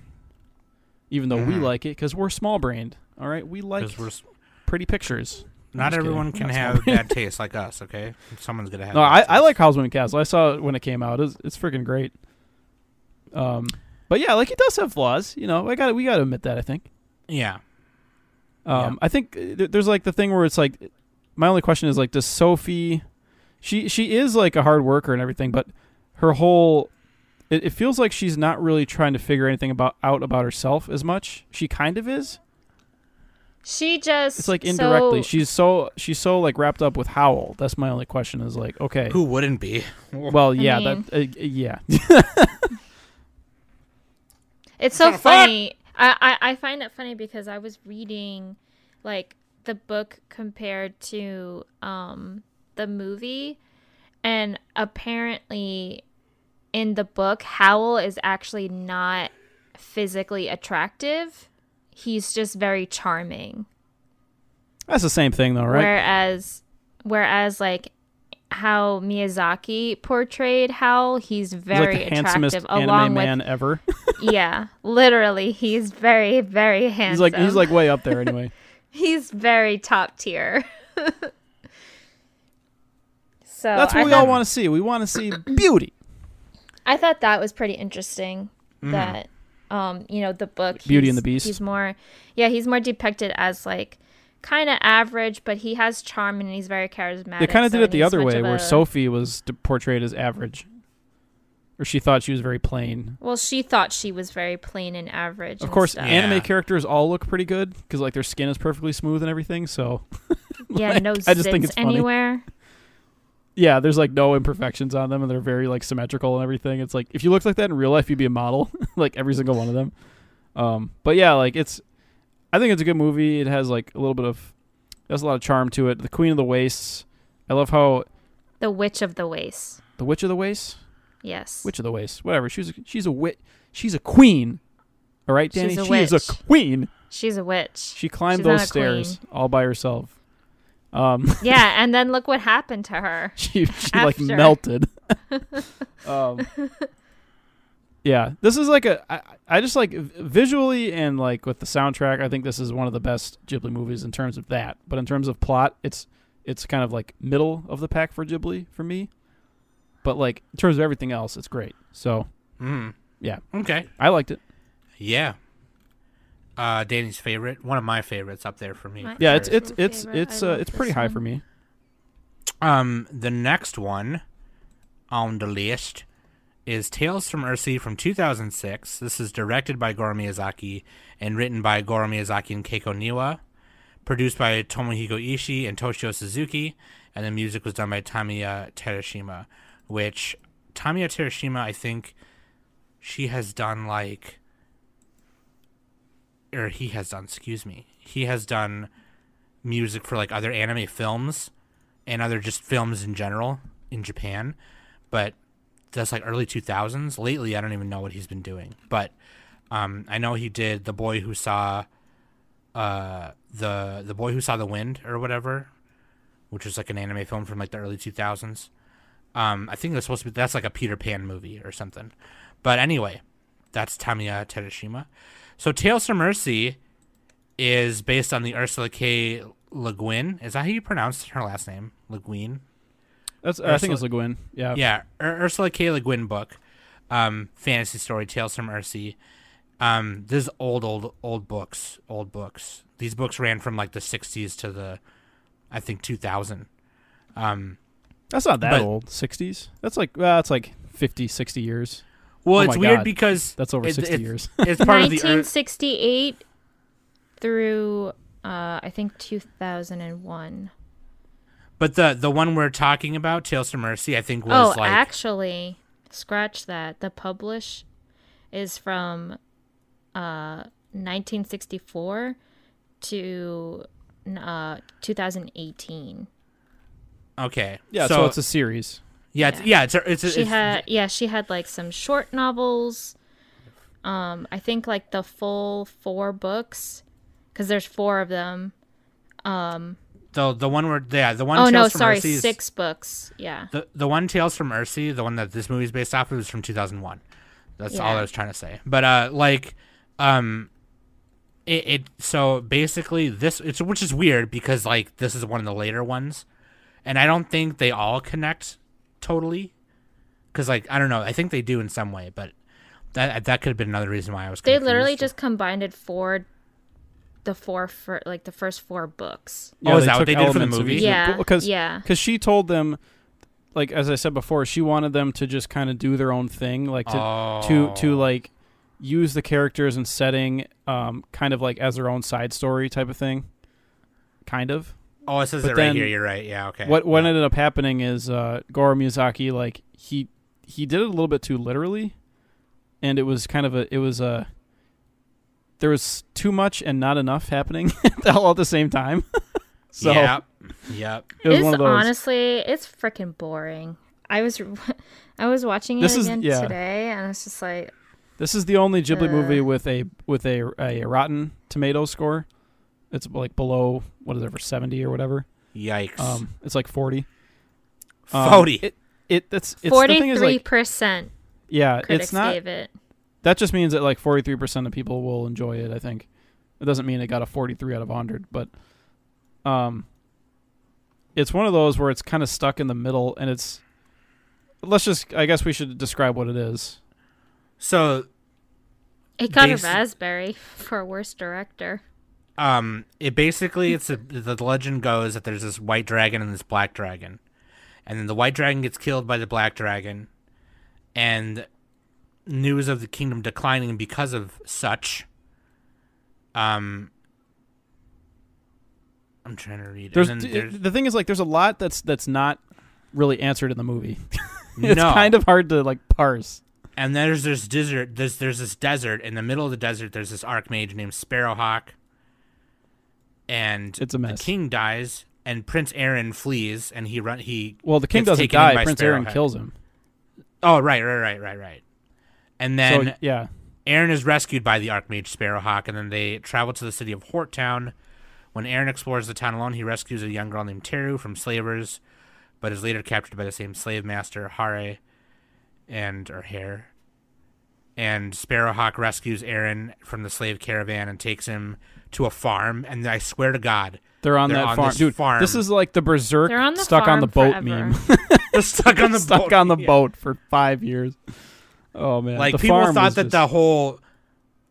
E: even though we
D: Mhm.
E: like it because we're small brained. All right, we like
D: 'Cause we're s-
E: pretty pictures. I'm
D: not
E: just kidding.
D: everyone
E: Not
D: can
E: small
D: have bad taste like us. Okay, someone's gonna have.
E: No,
D: bad
E: I, I
D: taste.
E: like Howl's Moving Castle. I saw it when it came out. It's it's freaking great. Um, but yeah, like it does have flaws. You know, I got we got to admit that. I think.
D: yeah.
E: Um, I think uh, th- there's like the thing where it's like, my only question is like, does Sophie, she she is like a hard worker and everything, but her whole, it, it feels like she's not really trying to figure anything about out about herself as much. She kind of is.
C: She just.
E: It's like indirectly.
C: so-
E: she's so she's so like wrapped up with Howl. That's my only question. Is like, okay,
D: Who wouldn't be?
E: well, yeah,
C: mean-
E: that uh, yeah,
C: It's so
D: Kinda fun.
C: funny. I, I I find it funny because I was reading, like the book compared to um the movie, and apparently, in the book, Howl is actually not physically attractive. He's just very charming.
E: that's the same thing though, right?
C: Whereas, whereas like how Miyazaki portrayed Howl, he's
E: He's
C: very
E: like the handsomest
C: attractive.
E: anime
C: Along with
E: man ever.
C: yeah, literally, he's very, very handsome.
E: he's like he's like way up there anyway.
C: he's very top tier. so
E: That's what
C: I
E: we
C: thought,
E: all want to see. We want to see beauty.
C: I thought that was pretty interesting. That um, you know, the book
E: Mm. Beauty
C: he's-
E: and the Beast.
C: He's more, yeah, he's more depicted as like kind of average, but he has charm and he's very charismatic.
E: They kind of
C: so
E: did it the
C: he's
E: other
C: much
E: way,
C: of
E: where
C: a-
E: Sophie was d- portrayed as average, or she thought she was very plain.
C: Well, she thought she was very plain and average.
E: Of
C: and
E: course,
C: stuff.
D: yeah.
E: anime characters all look pretty good because like their skin is perfectly smooth and everything. So
C: yeah, no
E: I just think
C: zits
E: it's funny.
C: anywhere.
E: yeah, there's like no imperfections on them, and they're very like symmetrical and everything. It's like if you looked like that in real life, you'd be a model, like every single one of them. Um, but yeah, like it's, I think it's a good movie. It has like a little bit of, it has a lot of charm to it. The Queen of the Wastes. I love how
C: The Witch of the Waste.
E: the Witch of the Waste.
C: Yes.
E: Witch of the Waste. Whatever. She's a, she's a wit. She's a queen. All right, Danny.
C: She's a
E: she is a
C: witch.
E: queen.
C: She's a witch.
E: She climbed
C: She's not
E: those
C: a
E: stairs all by herself. Um,
C: yeah, and then look what happened to her.
E: she she like
C: After.
E: melted. um, yeah, this is like a I, I just like v- visually and like with the soundtrack. I think this is one of the best Ghibli movies in terms of that. But in terms of plot, it's it's kind of like middle of the pack for Ghibli for me. But like in terms of everything else, it's great. So
D: Mm.
E: Yeah.
D: Okay.
E: I liked it.
D: Yeah. Uh, Danny's favorite, one of my favorites up there for me.
C: My-
D: for
E: Yeah,
D: sure.
E: it's it's it's
C: Favorite,
E: it's
C: I
E: uh,
C: love
E: it's pretty
C: this
E: high
C: one.
E: for me.
D: Um, the next one on the list is Tales from Ursi from 2006. This is directed by Goro Miyazaki and written by Goro Miyazaki and Keiko Niwa. Produced by Tomohiko Ishii and Toshio Suzuki, and the music was done by Tamiya Terashima, which Tamiya Terashima, I think, she has done like, or he has done. Excuse me, he has done music for like other anime films and other just films in general in Japan, but that's like early 2000s. Lately, I don't even know what he's been doing, but um, I know he did the boy who saw uh, the the boy who saw the wind or whatever, which was like an anime film from like the early 2000s. Um, I think that's supposed to be that's like a Peter Pan movie or something. But anyway, that's Tamiya Terashima. So Tales from Mercy is based on the Ursula K. Le Guin. Is that how you pronounce her last name? Le Guin?
E: That's I think
D: Ursula-
E: it's Le Guin. Yeah.
D: Yeah, Ur- Ursula K. Le Guin book, um, fantasy story, Tales from Ursi. Um, this is old, old, old books, old books. These books ran from like the '60s to the, I think, 2000. Um,
E: That's not that
D: But-
E: old. 60s. That's like well, that's like 50, 60 years.
D: well,
E: Oh
D: it's
E: my
D: weird
E: God.
D: because
E: That's over
D: it-
E: 60
D: it-
E: years.
D: It's part of the Ur-
C: 1968 through uh, I think 2001.
D: but the the one we're talking about, Tales from Mercy, I think
C: Oh,
D: was like
C: actually, scratch that. The publish is from uh, 1964 to uh, 2018.
D: okay,
E: Yeah, so, it's a series.
D: yeah, it's, yeah, it's a- it's, a-
C: She
D: it's
C: had yeah, she had like some short novels. Um, I think like the full four books, because there's four of them.
D: the the one where yeah the one
C: Oh
D: Tales
C: no,
D: from
C: sorry,
D: Mercy is-
C: six books. Yeah.
D: The the one Tales from Ursi, the one that this movie is based off of, is from 2001. That's all
C: Yeah.
D: I was trying to say. But uh, like, um, it, it so basically this it's which is weird because like this is one of the later ones, and I don't think they all connect totally, because like I don't know, I think they do in some way, but that that could have been another reason why I was.
C: They
D: confused.
C: literally just combined it for the four fir- like the first four books.
D: Oh, is that what
E: took
D: they did for the
E: elements of
D: movie?
E: each-
C: Yeah,
E: because
C: yeah.
E: because she told them, like as I said before, she wanted them to just kind of do their own thing, like to to to
D: Oh.
E: like use the characters and setting, um, kind of like as their own side story type of thing, kind of.
D: Oh, it says
E: but
D: it right
E: then-
D: here. You're right. Yeah. Okay.
E: What what
D: Yeah.
E: ended up happening is uh, Goro Miyazaki like he he did it a little bit too literally, and it was kind of a it was a there was too much and not enough happening all at the same time. so
D: Yep. Yep.
E: it was
C: it's
E: one of those.
C: honestly, it's freaking boring. I was I was watching it
E: This is-
C: again
E: yeah.
C: today and it's just like
E: this is the only Ghibli
C: Uh.
E: movie with a with a a Rotten Tomato score. It's like below what is it for seventy or whatever.
D: Yikes.
E: Um, it's like forty. Um,
D: 40.
E: It, it that's it's the thing
C: 43%
E: is like yeah,
C: critics
E: it's not
C: gave it.
E: That just means that like 43% of people will enjoy it, I think. It doesn't mean it got a 43 out of 100, but um it's one of those where it's kind of stuck in the middle and it's let's just I guess we should describe what it is.
D: so
C: It got
D: basi-
C: a raspberry for worst director.
D: um it basically it's a, the legend goes that there's this white dragon and this black dragon and then the white dragon gets killed by the black dragon and news of the kingdom declining because of such um i'm trying to read
E: There's,
D: and then
E: th- the thing is like there's a lot that's that's not really answered in the movie.
D: no
E: it's kind of hard to like parse.
D: and there's this desert there's there's this desert in the middle of the desert there's this archmage named sparrowhawk and
E: It's a mess.
D: the king dies and prince aaron flees and he run he
E: well, the king
D: gets
E: doesn't
D: taken in
E: die.
D: by
E: Prince Aaron
D: Sparrowhawk.
E: kills him.
D: Oh, right, right, right, right, right. And then
E: so yeah,
D: Aaron is rescued by the Archmage Sparrowhawk, and then they travel to the city of Horttown. When Aaron explores the town alone, he rescues a young girl named Teru from slavers, but is later captured by the same slave master, Hare, and or Hare. And Sparrowhawk rescues Aaron from the slave caravan and takes him to a farm. And I swear to God,
E: they're on
D: They're
E: that
D: on
E: farm,
D: this
E: dude.
D: farm.
E: This is like the berserk
C: They're on the
E: stuck on the boat
C: farm forever.
E: meme.
D: they're stuck on the
E: stuck
D: boat.
E: on the
D: Yeah.
E: boat for five years. Oh man,
D: Like
E: the
D: people
E: farm
D: thought
E: was
D: that
E: just,
D: the whole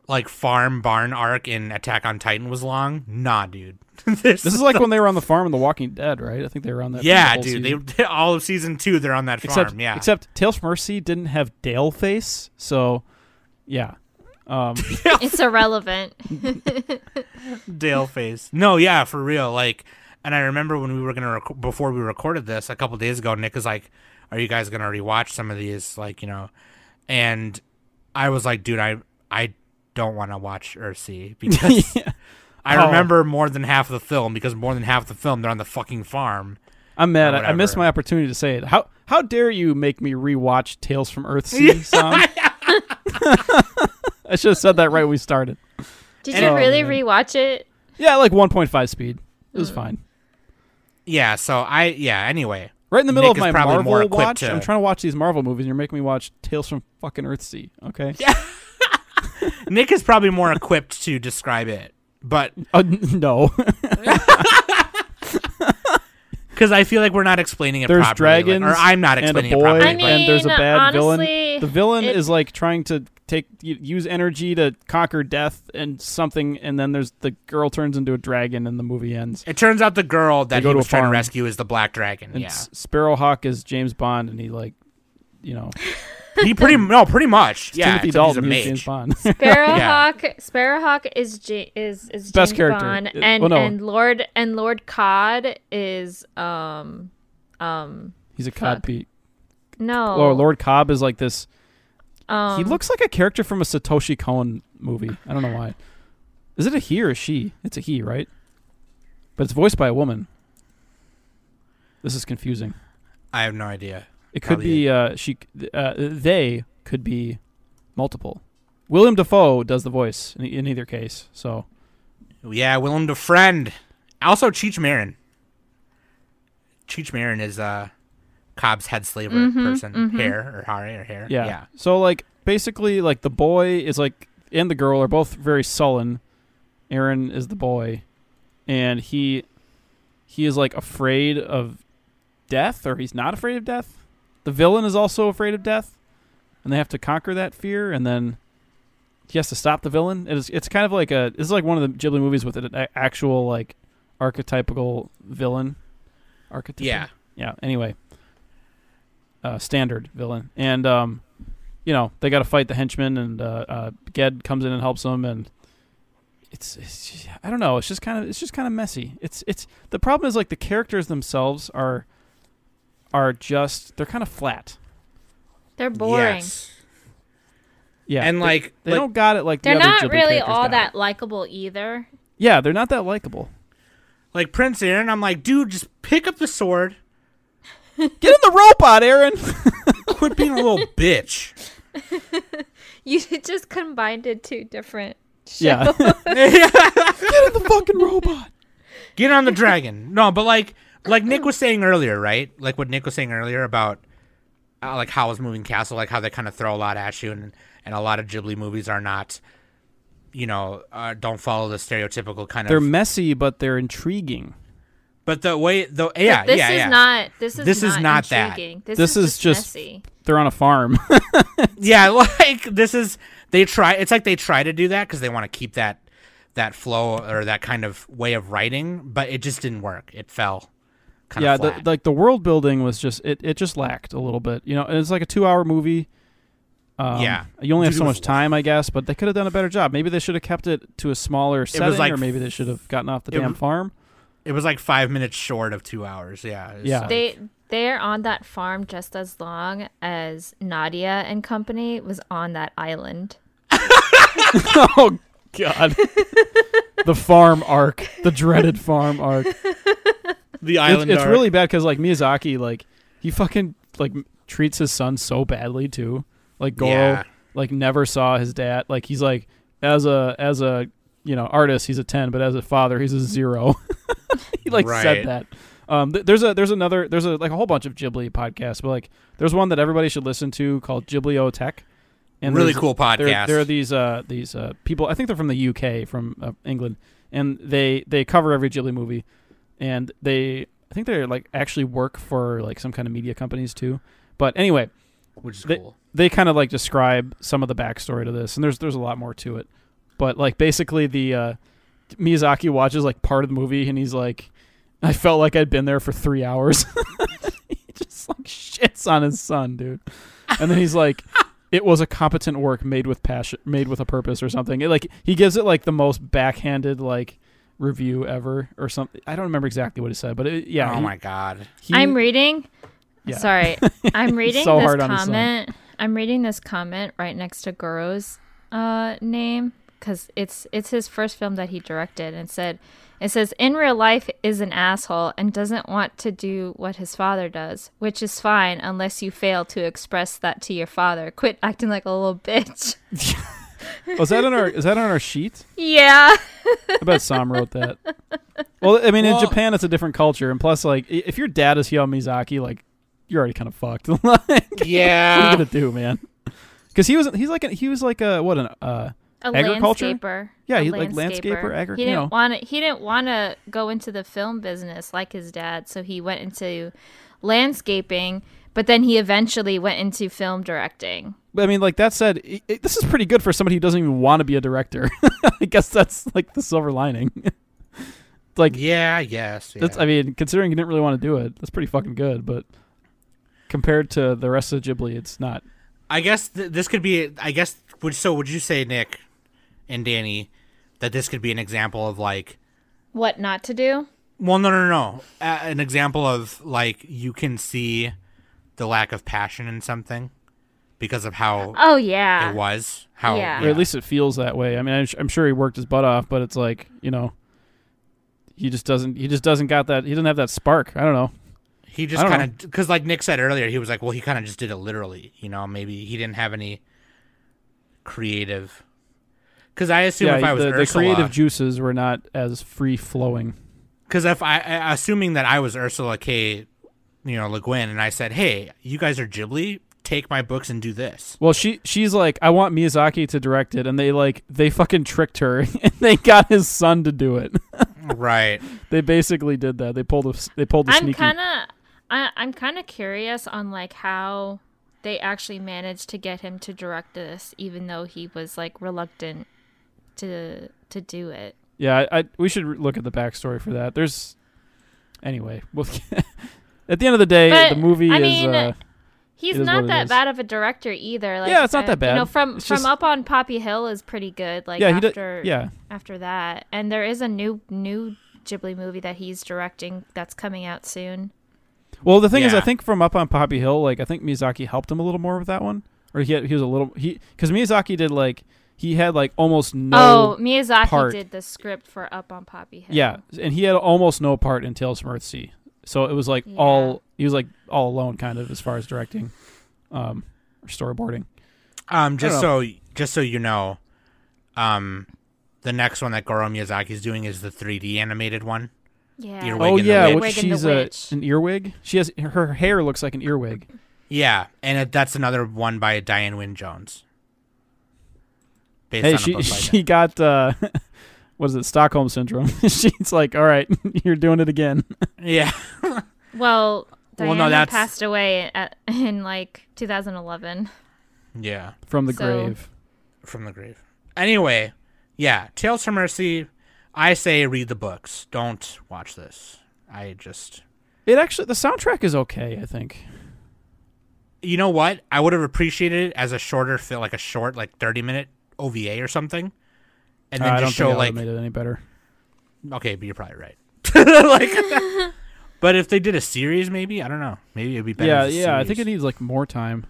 D: like farm barn arc in Attack on Titan was long. Nah, dude. this
E: This is like when they were on the farm in The Walking Dead, right? I think they were on that.
D: Yeah,
E: whole
D: dude. They,
E: season.
D: they- all of season two, they're on that farm.
E: except
D: yeah,
E: except Tales from Mercy didn't have Dale face, so yeah. Um,
C: it's irrelevant.
D: Dale face. No, yeah, for real. Like, and I remember when we were gonna rec- before we recorded this a couple days ago. Nick is like, "Are you guys gonna rewatch some of these?" Like, you know, and I was like, "Dude, I I don't want to watch Ursi because I
E: Oh.
D: remember more than half of the film because more than half the film they're on the fucking farm."
E: I'm mad. I, I missed
D: whatever.
E: my opportunity to say it. How how dare you make me rewatch Tales from Earthsea? Sam? I should have said that right when we started.
C: Did
E: And-
C: you
E: Oh,
C: really
E: man.
C: rewatch it?
E: Yeah, like 1.5 speed. It was fine.
D: Yeah. So I yeah. Anyway,
E: Right in the middle
D: Nick is
E: of my
D: probably
E: Marvel
D: more equipped
E: watch,
D: to-
E: I'm trying to watch these Marvel movies, and you're making me watch Tales from fucking Earthsea. Okay. Yeah.
D: Nick is probably more equipped to describe it, but
E: Uh, n- no.
D: Because I feel like we're not explaining it
E: There's
D: properly. like-
E: dragons
D: or I'm not
E: and a
D: explaining
E: boy,
D: it properly.
C: I mean,
D: but-
E: and there's a bad
C: honestly,
E: villain. The villain
C: it-
E: is like trying to take u- use energy to conquer death and something, and then there's the girl turns into a dragon, and the movie ends.
D: it turns out the girl that
E: They go
D: he
E: to
D: was
E: a
D: trying to
E: farm.
D: rescue is the black dragon.
E: And
D: yeah,
E: S- Sparrowhawk is James Bond, and he like, you know,
D: he pretty no, pretty much. Yeah,
E: Timothy
D: except
E: Dalton is
D: he's a
E: James
D: mage.
E: Bond.
C: Sparrowhawk. Sparrowhawk is J- is is
E: Best
C: James
E: character.
C: Bond,
E: It-
C: and
E: well, no.
C: and Lord and Lord Cod is um um
E: He's a
C: Fuck. Oh.
E: codbeat.
C: no.
E: Or Oh, Lord Cobb is like this.
C: Um,
E: he looks like a character from a Satoshi Kon movie. I don't know why. Is it a he or a she? It's a he, right? But it's voiced by a woman. This is confusing.
D: I have no idea.
E: It could be uh, she. Uh, they could be multiple. William Defoe does the voice in, in either case. So
D: Yeah, Willem Friend. Also, Cheech Marin. Cheech Marin is uh, Cobb's head slaver
C: Mm-hmm,
D: person, hair or Hare or hair.
E: yeah. So like basically like the boy is like and the girl are both very sullen. Aaron is the boy and he he is like afraid of death or he's not afraid of death. The villain is also afraid of death and they have to conquer that fear and then he has to stop the villain. It is it's kind of like a this is like one of the Ghibli movies with an a- actual like archetypical villain archetype.
D: Yeah.
E: Yeah. Anyway, uh, standard villain, and um, you know they got to fight the henchman, and uh, uh, Ged comes in and helps them, and it's, it's just, I don't know, it's just kind of it's just kind of messy. It's it's the problem is like the characters themselves are are just they're kind of flat.
C: they're boring.
D: Yes.
E: Yeah,
D: And
E: they-
D: like,
E: they
D: like-
E: don't got it like the
C: They're
E: other
C: not
E: Ghibli
C: really
E: characters
C: all
E: got it.
C: that likable either.
E: Yeah, they're not that likable.
D: like Prince Aaron, I'm like, dude, just pick up the sword.
E: Get in the robot, Aaron.
D: Quit being a little bitch.
C: You just combined it two different.
E: yeah, get in the fucking robot.
D: Get on the dragon. No, but like like Nick was saying earlier, right? Like what Nick was saying earlier about uh, like how was moving castle, like how they kind of throw a lot at you, and and a lot of Ghibli movies are not, you know, uh, don't follow the stereotypical kind
E: They're
D: of.
E: messy, but they're intriguing.
D: but the way the yeah
C: But this
D: yeah
C: is
D: yeah
C: not. This is
D: This is
C: not,
D: not that.
C: intriguing. This,
E: This
C: is,
E: is
C: just,
E: just-
C: messy.
E: They're on a farm.
D: yeah like this is they try it's like they try to do that because they want to keep that that flow or that kind of way of writing, but it just didn't work. It fell. Kind
E: yeah
D: of
E: the,
D: flat.
E: like the world building was just it, it just lacked a little bit you know and it's like a two hour movie um,
D: Yeah.
E: you only have
D: Dude,
E: so
D: it was
E: much time i guess but they could have done a better job maybe they should have kept it to a smaller setting
D: like
E: or maybe they should have gotten off the
D: it
E: damn
D: was-
E: farm
D: it was like five minutes short of two hours. Yeah. It's, uh,
E: Yeah.
D: like-
C: They they're on that farm just as long as Nadia and company was on that island.
E: oh god the farm arc the dreaded farm arc
D: the
E: it's,
D: island.
E: it's
D: are-
E: really bad because like miyazaki like he fucking like m- treats his son so badly too. Like Goro,
D: Yeah.
E: like never saw his dad. Like he's like as a as a you know artist, he's a ten, but as a father, he's a zero. he like
D: Right.
E: said that. Um, th- there's a there's another there's a like a whole bunch of Ghibli podcasts, but like there's one that everybody should listen to called Ghibli Tech. And
D: really
E: there's-
D: cool podcast.
E: there, there are these uh, these uh, people. I think they're from the UK, from uh, England, and they they cover every Ghibli movie, and they I think they're like actually work for like some kind of media companies too. But anyway,
D: which is
E: they-
D: cool.
E: they kind of like describe some of the backstory to this, and there's there's a lot more to it. But like basically, the uh, Miyazaki watches like part of the movie, and he's like, I felt like I'd been there for three hours. he just like shits on his son, dude. And then he's like, it was a competent work made with passion, made with a purpose, or something. It, like he gives it like the most backhanded like review ever, or something. I don't remember exactly what he said, but it, yeah,
D: oh
E: he-
D: my god.
E: he-
C: I'm reading.
E: Yeah.
C: Sorry, I'm reading
E: so
C: this
E: hard on his son.
C: comment. I'm reading this comment right next to Goro's uh, name because it's it's his first film that he directed, and said it says in real life is an asshole and doesn't want to do what his father does, which is fine unless you fail to express that to your father. Quit acting like a little bitch.
E: was that on our is that on our sheet?
C: Yeah.
E: I bet Sam wrote that. Well, I mean,
D: Well-
E: in Japan, it's a different culture, and plus, like, i- if your dad is Hayao Miyazaki, like, you're already kind of fucked. like, what are you
D: Yeah.
E: gonna do, man? Because he was he's like a, he was like a what an uh
C: a
E: Agriculture?
C: landscaper.
E: Yeah,
C: A
E: he- like landscaper, agri-
C: He
E: you know.
C: didn't want to. He didn't want to go into the film business like his dad, so he went into landscaping. But then he eventually went into film directing.
E: but I mean, like that said, i i this is pretty good for somebody who doesn't even want to be a director. I guess that's like the silver lining. like,
D: Yeah. Yes. Yeah.
E: that's I mean, considering he didn't really want to do it, that's pretty fucking good. But compared to the rest of Ghibli, it's not.
D: I guess th- this could be. I guess. Would, so would you say, Nick, and Danny, that this could be an example of like
C: What not to do?
D: Well, no, no, no. Uh, an example of like you can see the lack of passion in something because of how
C: Oh
D: it
C: yeah,
D: was. How
C: Yeah.
E: or at least it feels that way. I mean, I'm, sh- I'm sure he worked his butt off, but it's like you know, he just doesn't. He just doesn't got that. He doesn't have that spark. I don't know.
D: he
E: I
D: just
E: don't
D: kind of because like Nick said earlier, he was like, well, he kind of just did it literally. You know, maybe he didn't have any creative. Because I assume if I was
E: the, the
D: Ursula,
E: creative juices were not as free flowing.
D: because if I, I assuming that I was Ursula K, you know, Le Guin, and I said, hey, you guys are Ghibli, take my books and do this.
E: Well, she she's like, I want Miyazaki to direct it, and they like they fucking tricked her, and they got his son to do it.
D: right.
E: they basically did that. They pulled a s- they pulled a
C: I'm
E: sneaky.
C: kind of. I'm kind of curious on like how they actually managed to get him to direct this, even though he was like reluctant to to do it.
E: Yeah, I, I we should re- look at the backstory for that. There's anyway. We'll, at the end of the day,
C: But,
E: the movie
C: I
E: is.
C: mean,
E: uh,
C: He's
E: It is what
C: not
E: it
C: that
E: is.
C: bad of a director either. Like,
E: Yeah, it's not that
C: You know,
E: bad.
C: from
E: It's
C: from
E: just-
C: up on Poppy Hill is pretty good. Like
E: yeah, he did.
C: after
E: Yeah,
C: after that, and there is a new new Ghibli movie that he's directing that's coming out soon.
E: Well, the thing is, I
D: Yeah.
E: think from up on Poppy Hill, like I think Miyazaki helped him a little more with that one, or he had, he was a little he because Miyazaki did like he had like almost no
C: oh, Miyazaki
E: part.
C: did the script for Up on Poppy Hill.
E: yeah, and he had almost no part in Tales from Earthsea, so it was like
C: Yeah.
E: all he was like all alone kind of as far as directing, um, or storyboarding.
D: Um, just
E: I
D: so just so you know, um, the next one that Goro Miyazaki is doing is the 3D animated one.
C: yeah.
D: You're Wig
E: Oh
D: and the
E: yeah,
D: Witch.
E: which
C: Wig and the
E: she's a,
C: Witch.
E: an earwig. She has her hair looks like an earwig.
D: Yeah, and it, that's another one by Diane Wynne Jones. Based
E: Hey,
D: a
E: she
D: book by
E: she got uh, what is it Stockholm syndrome? she's like, all right, you're doing it again.
D: that. yeah,
C: Oh, Well,
D: Well, no,
C: Diana
D: that's-
C: passed away at, in like 2011.
D: yeah,
E: from the
C: So-
E: grave.
D: from the grave. Anyway, yeah, Tales from Mercy. I say read the books. Don't watch this. I just,
E: It actually the soundtrack is okay, I think.
D: you know what? I would have appreciated it as a shorter film, like a short, like thirty minute OVA or something, and then
E: I don't
D: just show
E: think I
D: like
E: would've made it any better.
D: Okay, but you're probably right. like, but if they did a series, maybe I don't know. Maybe it'd be better.
E: Yeah,
D: as a
E: yeah. I think it
D: series,
E: needs like more time,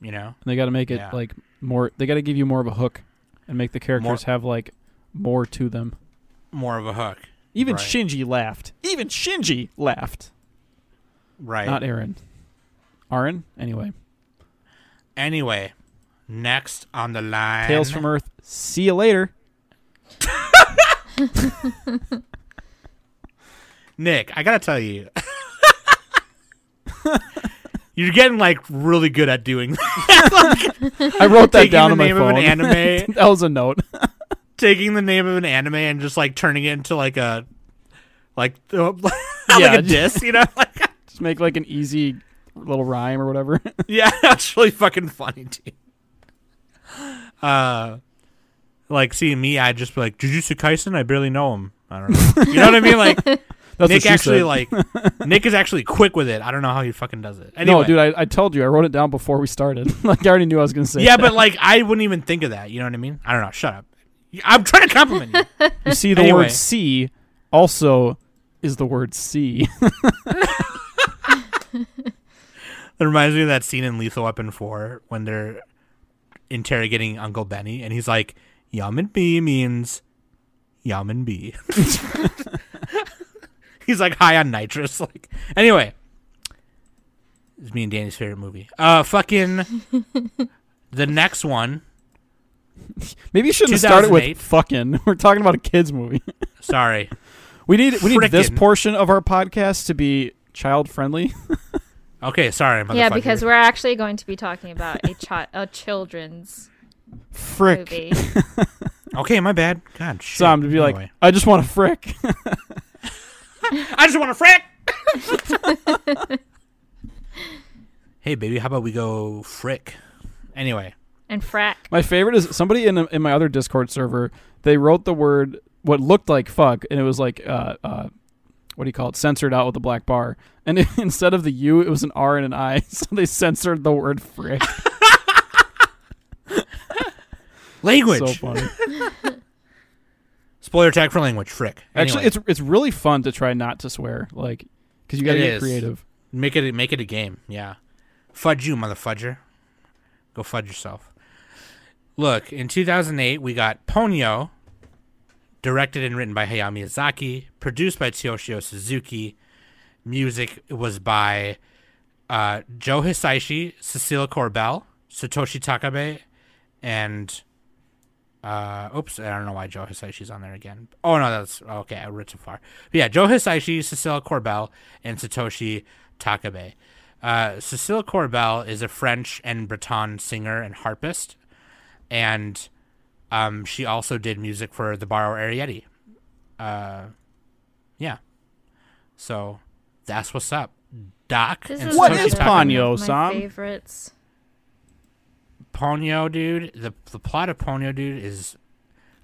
D: you know.
E: and they got to make it e
D: Yeah.
E: like more. They got to give you more of a hook, and make the characters have like more to them.
D: More of a hook,
E: Even
D: Right.
E: Shinji laughed. Even Shinji laughed.
D: right?
E: Not Aaron. Arin. Anyway,
D: Anyway, next on the line.
E: Tales from Earth. See you later.
D: Nick, I gotta tell you, you're getting like really good at doing
E: I wrote that
D: taking
E: down
D: the
E: on my
D: name of
E: phone.
D: an anime,
E: that was a note.
D: taking the name of an anime, and just like turning it into like a like uh, like
E: Yeah,
D: a diss, you know? Like,
E: Just make like an easy little rhyme or whatever.
D: yeah, that's really fucking funny too. Uh, like seeing me, I'd just be like Jujutsu Kaisen. I barely know him. I don't know. You know what I mean? Like
E: That's what
D: Nick
E: she
D: actually
E: said.
D: like Nick is actually quick with it. I don't know how he fucking does it. Anyway,
E: No, dude, I, I told you. I wrote it down before we started. like I already knew I was gonna say.
D: yeah,
E: that.
D: but like I wouldn't even think of that. You know what I mean? I don't know. Shut up. I'm trying to compliment you.
E: you see, the
D: Anyway.
E: word "see" also is the word "see."
D: It reminds me of that scene in Lethal Weapon 4 when they're interrogating Uncle Benny and he's like, Yaman B means Yaman B. he's like high on nitrous. Like anyway. It's me and Danny's favorite movie. Uh fucking the next one.
E: Maybe you shouldn't have started with
D: 2008.
E: "fucking." We're talking about a kids movie.
D: Sorry.
E: We need we need this
D: Frickin'.
E: portion of our podcast to be child friendly.
D: Okay, sorry,
C: Yeah,
D: motherfucker.
C: because we're actually going to be talking about a, chi- a children's
E: Frick.
C: movie.
D: Okay, my bad. God shit.
E: So I'm to be like,
D: Anyway.
E: I just want a frick.
D: I just want to frick. hey, baby, how about we go frick? Anyway,
C: And Frack.
E: my favorite is somebody in in my other Discord server. They wrote the word what looked like fuck, and it was like uh uh. What do you call it? Censored out with a black bar, and instead of the U, it was an R and an I. So they censored the word "frick."
D: language.
E: so funny.
D: Spoiler tag for language. Frick.
E: Actually,
D: Anyway,
E: it's it's really fun to try not to swear, like because you got to
D: It
E: get
D: is.
E: creative.
D: make it make it a game. Yeah, fudge you, motherfudger. Go fudge yourself. Look, in 2008, we got Ponyo, directed and written by Hayao Miyazaki, produced by Tsuyoshi Suzuki. Music was by uh, Joe Hisaishi, Cecilia Corbell, Satoshi Takabe, and uh, oops, I don't know why Joe Hisaishi's on there again. Oh no, that's okay. I read too far. But yeah, Joe Hisaishi, Cecilia Corbell, and Satoshi Takabe. Uh, Cecilia Corbell is a French and Breton singer and harpist, and um, she also did music for the Barrow Arietti. Uh, yeah, so that's what's up, Doc.
C: This
D: and
C: is
E: What
D: Satoshi
E: is
C: another
D: Takabe.
E: Ponyo,
C: one of my
E: Sam?
C: Favorites.
D: Ponyo dude. The the plot of Ponyo dude is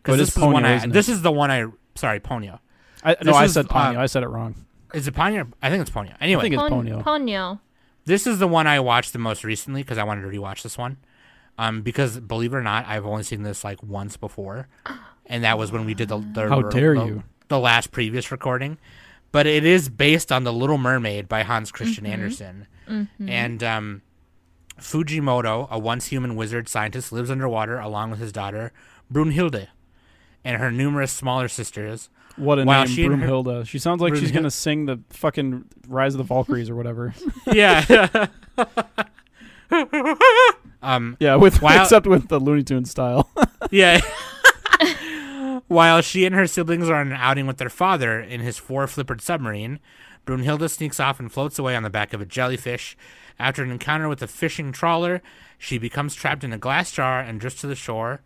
E: But
D: because
E: it's
D: this is the one
E: Ponyo,
D: I
E: isn't it?
D: this is the one I sorry Ponyo.
E: I, no,
D: This
E: I
D: is,
E: said Ponyo.
D: uh,
E: I said it wrong.
D: Is it Ponyo? I think it's Ponyo. Anyway,
E: think it's
C: Pon-
E: Ponyo.
C: Ponyo.
D: this is the one I watched the most recently because I wanted to rewatch this one. Um, because believe it or not, I've only seen this like once before, and that was when we did the the,
E: How
D: the-
E: dare
D: the-
E: you.
D: the last previous recording. But it is based on The Little Mermaid by Hans Christian Andersen, and um, Fujimoto, a once human wizard scientist, lives underwater along with his daughter Brunhilde and her numerous smaller sisters.
E: What a
D: Wow,
E: name,
D: she and her-
E: Broomhilda. she sounds like she's
D: Broomhil-
E: gonna sing the fucking Rise of the Valkyries or whatever.
D: Yeah. um,
E: yeah, with
D: Wow.
E: except with the Looney Tunes style.
D: Yeah. While she and her siblings are on an outing with their father in his four flippered submarine, Brunhilde sneaks off and floats away on the back of a jellyfish. After an encounter with a fishing trawler, she becomes trapped in a glass jar and drifts to the shore.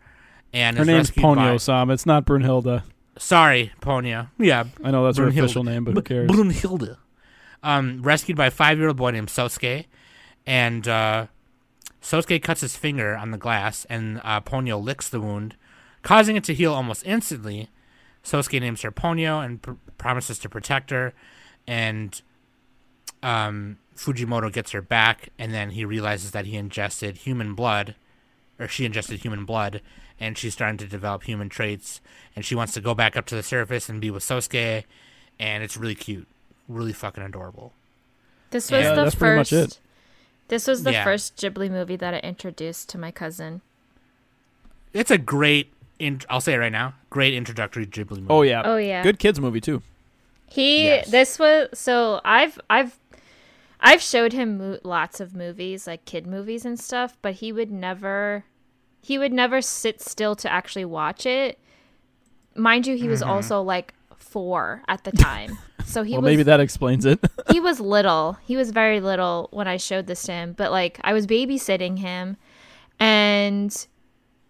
D: And
E: her
D: is
E: name's
D: rescued
E: Ponyo,
D: by-
E: Sam. It's not Brunhilda.
D: Sorry, Ponyo. Yeah,
E: I know that's her
D: Brunhilde.
E: official name, but who cares?
D: Brunhilde. Um, rescued by a five-year-old boy named Sosuke, and uh, Sosuke cuts his finger on the glass, and uh, Ponyo licks the wound, causing it to heal almost instantly. Sosuke names her Ponyo and pr- promises to protect her, and um, Fujimoto gets her back, and then he realizes that he ingested human blood, or she ingested human blood, and she's starting to develop human traits, and she wants to go back up to the surface and be with Sosuke, and it's really cute, really fucking adorable.
C: This was
D: Yeah,
C: the
E: that's pretty much
C: first.
E: it.
C: This was the
D: Yeah.
C: first Ghibli movie that I introduced to my cousin.
D: It's a great, in- I'll say it right now, great introductory Ghibli movie.
E: Oh yeah.
C: Oh, yeah.
E: Good kids movie too.
C: He
D: Yes.
C: this was so I've I've I've showed him mo- lots of movies, like kid movies and stuff, but he would never he would never sit still to actually watch it. Mind you, he was also like 4 at the time. So he
E: well,
C: was
E: maybe that explains it.
C: he was little. He was very little when I showed this to him, but like I was babysitting him and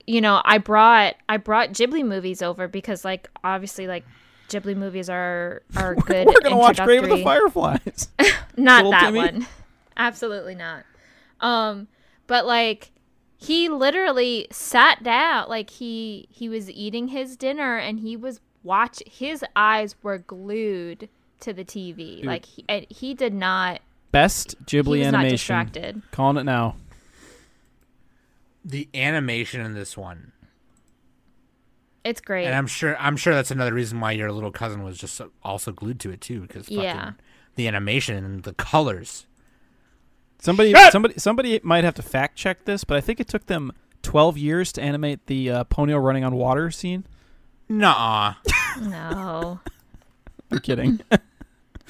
C: you know, I brought I brought Ghibli movies over because like obviously like Ghibli movies are are good.
E: We're gonna watch Grave of the
C: introductory-
E: Fireflies.
C: not
E: Little
C: that
E: Timmy?
C: one absolutely not um but like he literally sat down like he he was eating his dinner and he was watch his eyes were glued to the tv like he, and he did not
E: Best Ghibli
C: he was not
E: animation.
C: distracted
E: Calling it now.
D: The animation in this one,
C: it's great
D: and I'm sure I'm sure that's another reason why your little cousin was just so- also glued to it too, because fucking
C: Yeah.
D: the animation and the colors.
E: Somebody,
D: Shit!
E: somebody, somebody might have to fact check this, but I think it took them 12 years to animate the uh, Ponyo running on water scene.
D: Nuh-uh. I
C: no
E: I'm kidding.
D: was like,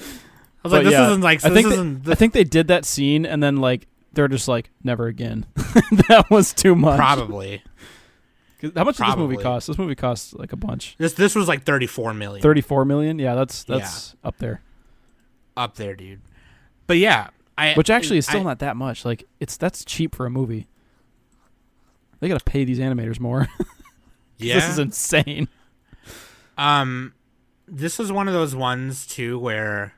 E: But
D: this
E: yeah,
D: isn't like
E: I
D: this
E: think
D: isn't
E: I
D: the
E: think they did that scene, and then like they're just like never again. that was too much.
D: probably
E: 'Cause How much did this movie
D: Probably.
E: cost? This movie costs like a bunch.
D: this this was like 34 million.
E: 34 million. Yeah, that's that's up there.
D: up there, dude. But yeah, I
E: Which actually is still
D: I-
E: not that much. Like it's that's cheap for a movie. They gotta pay these animators more.
D: Yeah,
E: this is insane.
D: um, this is one of those ones too where.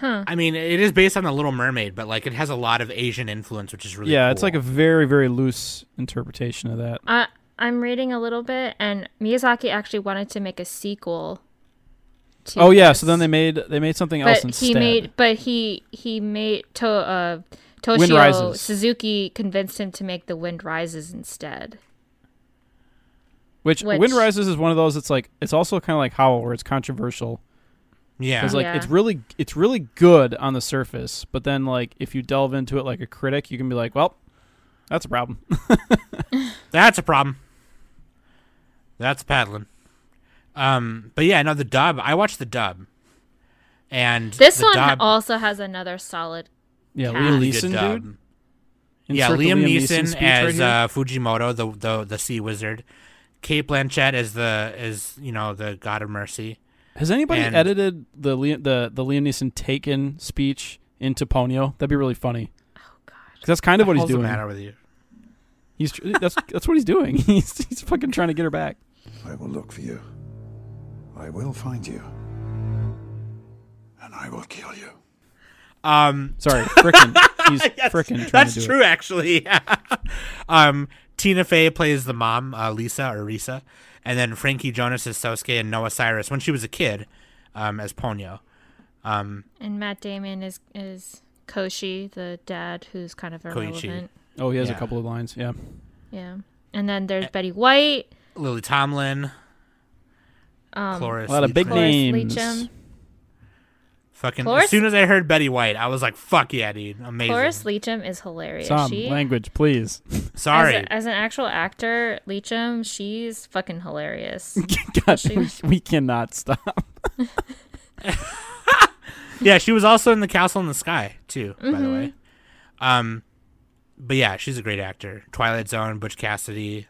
C: Huh.
D: I mean, it is based on the Little Mermaid, but like it has a lot of Asian influence, which is really
E: yeah, it's
D: cool.
E: like a very very loose interpretation of that.
C: I i'm reading a little bit and miyazaki actually wanted to make a sequel to
E: Oh yeah,
C: this.
E: so then they made they made something else
C: but
E: instead.
C: he made but he he made to uh
E: Wind
C: Toshio
E: Rises.
C: Suzuki convinced him to make the Wind Rises instead.
E: which,
C: which-
E: Wind Rises is one of those. It's like it's also kind of like Howl, where it's controversial.
D: yeah,
E: It's like
C: Yeah.
E: it's really it's really good on the surface, but then like if you delve into it like a critic, you can be like, well, that's a problem.
D: That's a problem. That's paddling. Um, but yeah, no, the dub. I watched the dub, and
C: This
D: the
C: one
D: dub,
C: also has another solid.
E: yeah,
C: Yeah.
E: Liam
D: really good
E: Neeson,
D: dub.
E: dude.
D: Yeah,
E: Insert the
D: Liam,
E: Neeson
D: Neeson
E: speech right
D: as
E: here.
D: uh, Fujimoto, the the the sea wizard. Kate Blanchett as the is you know the god of mercy.
E: Has anybody
D: and-
E: edited the Liam, the the Liam Neeson Taken speech into Ponyo? That'd be really funny.
C: Oh,
E: Because that's kind of what he's
D: What's the
E: doing.
D: matter with you?
E: He's tr- that's that's what he's doing. He's he's fucking trying to get her back.
F: I will look for you. I will find you. And I will kill you.
D: Um,
E: Sorry, frickin'. He's
D: yes,
E: frickin' trying
D: that's
E: to do
D: true, actually. um, Tina Fey plays the mom, uh, Lisa or Risa, and then Frankie Jonas is Sosuke and Noah Cyrus when she was a kid, um, as Ponyo. Um,
C: And Matt Damon is is Koshi, the dad, who's kind of irrelevant.
E: it. Oh, he has
D: Yeah.
E: a couple of lines. Yeah,
C: Yeah. And then there's Betty White,
D: Lily Tomlin,
C: um,
D: Cloris.
E: a lot of big
D: Leachman.
C: Cloris
E: names.
C: Leachum.
D: Fucking
C: Cloris-
D: as soon as I heard Betty White, I was like, "Fuck yeah, dude, amazing."
C: Cloris Leachum is hilarious.
E: Some
C: she
E: language, please.
C: as,
D: Sorry,
C: a- as an actual actor, Leachum, she's fucking hilarious.
E: God, we, we cannot stop.
D: yeah, she was also in The Castle in the Sky too, by
C: Mm-hmm.
D: the way. Um, but yeah, she's a great actor. Twilight Zone, Butch Cassidy,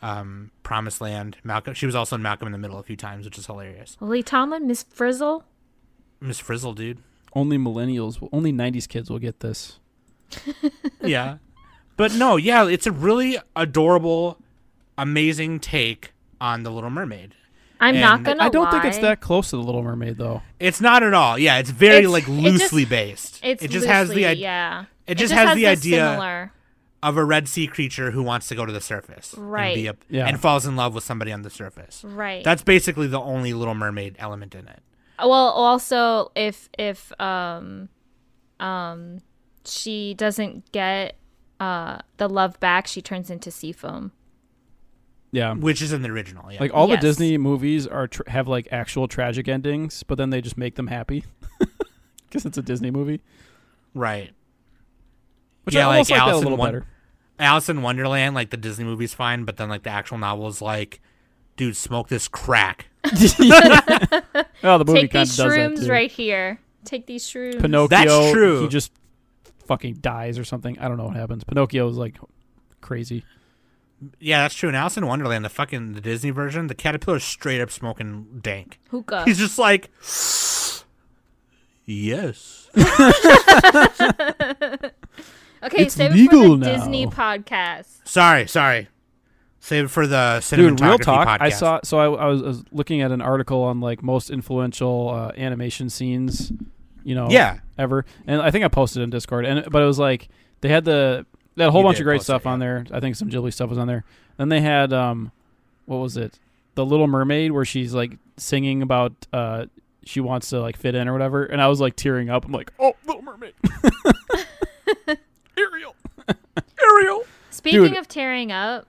D: um, Promised Land, Malcolm. She was also in Malcolm in the Middle a few times, which is hilarious.
C: Lily Tomlin, Miss Frizzle.
D: Miss Frizzle, dude.
E: Only millennials, will, only '90s kids will get this.
D: Yeah, but no, yeah, it's a really adorable, amazing take on The Little Mermaid.
C: I'm
D: And
C: not gonna.
E: I don't think it's
C: lie.
E: that close to the Little Mermaid, though.
D: It's not at all. Yeah, it's very
C: It's-
D: like
C: it just-
D: loosely based.
C: It's
D: it just has the
C: loosely,
D: idea.
C: yeah.
D: it just has the
C: this
D: idea-
C: Similar.
D: of a red sea creature who wants to go to the surface
C: Right.
D: and, be a,
E: Yeah.
D: and falls in love with somebody on the surface
C: Right.
D: that's basically the only little mermaid element in it
C: well. Also, if if um, um, she doesn't get uh the love back, she turns into sea foam.
E: Yeah,
D: which is in the original yeah
E: like all
C: Yes.
E: the Disney movies are tr- have like actual tragic endings, but then they just make them happy because it's a Disney movie.
D: right
E: Which
D: Yeah,
E: I
D: like
E: almost like, that a
D: Alice in
E: little
D: Won-
E: better.
D: alice in wonderland like the disney movie's fine but then like the actual novel is like dude smoke this crack
E: oh, the movie
C: Take
E: kind
C: these
E: of does that
C: shrooms
E: too.
C: right here. Take these shrooms.
E: Pinocchio.
D: true.
E: He just fucking dies or something. I don't know what happens. Pinocchio is like crazy.
D: Yeah, that's true. In Alice in Wonderland, the fucking the Disney version, the caterpillar's straight up smoking dank.
E: Uh.
C: Hookah.
D: He's just like, yes.
C: Okay,
E: It's
C: save
E: legal
C: it for the
E: now.
C: Disney podcast.
D: Sorry, sorry. Save it for the cinematography
E: Dude, real talk.
D: podcast.
E: I saw. So I, I, was, I was looking at an article on like most influential uh, animation scenes. You know.
D: Yeah.
E: Ever, and I think I posted it in Discord, and but it was like they had the that whole
D: You
E: bunch
D: did
E: of great
D: post it,
E: stuff on
D: yeah.
E: there. I think some Ghibli stuff was on there. Then they had um, what was it? The Little Mermaid, where she's like singing about uh, she wants to like fit in or whatever, and I was like tearing up. I'm like, oh, Little Mermaid, Ariel, Ariel.
C: Speaking
E: Dude.
C: of tearing up,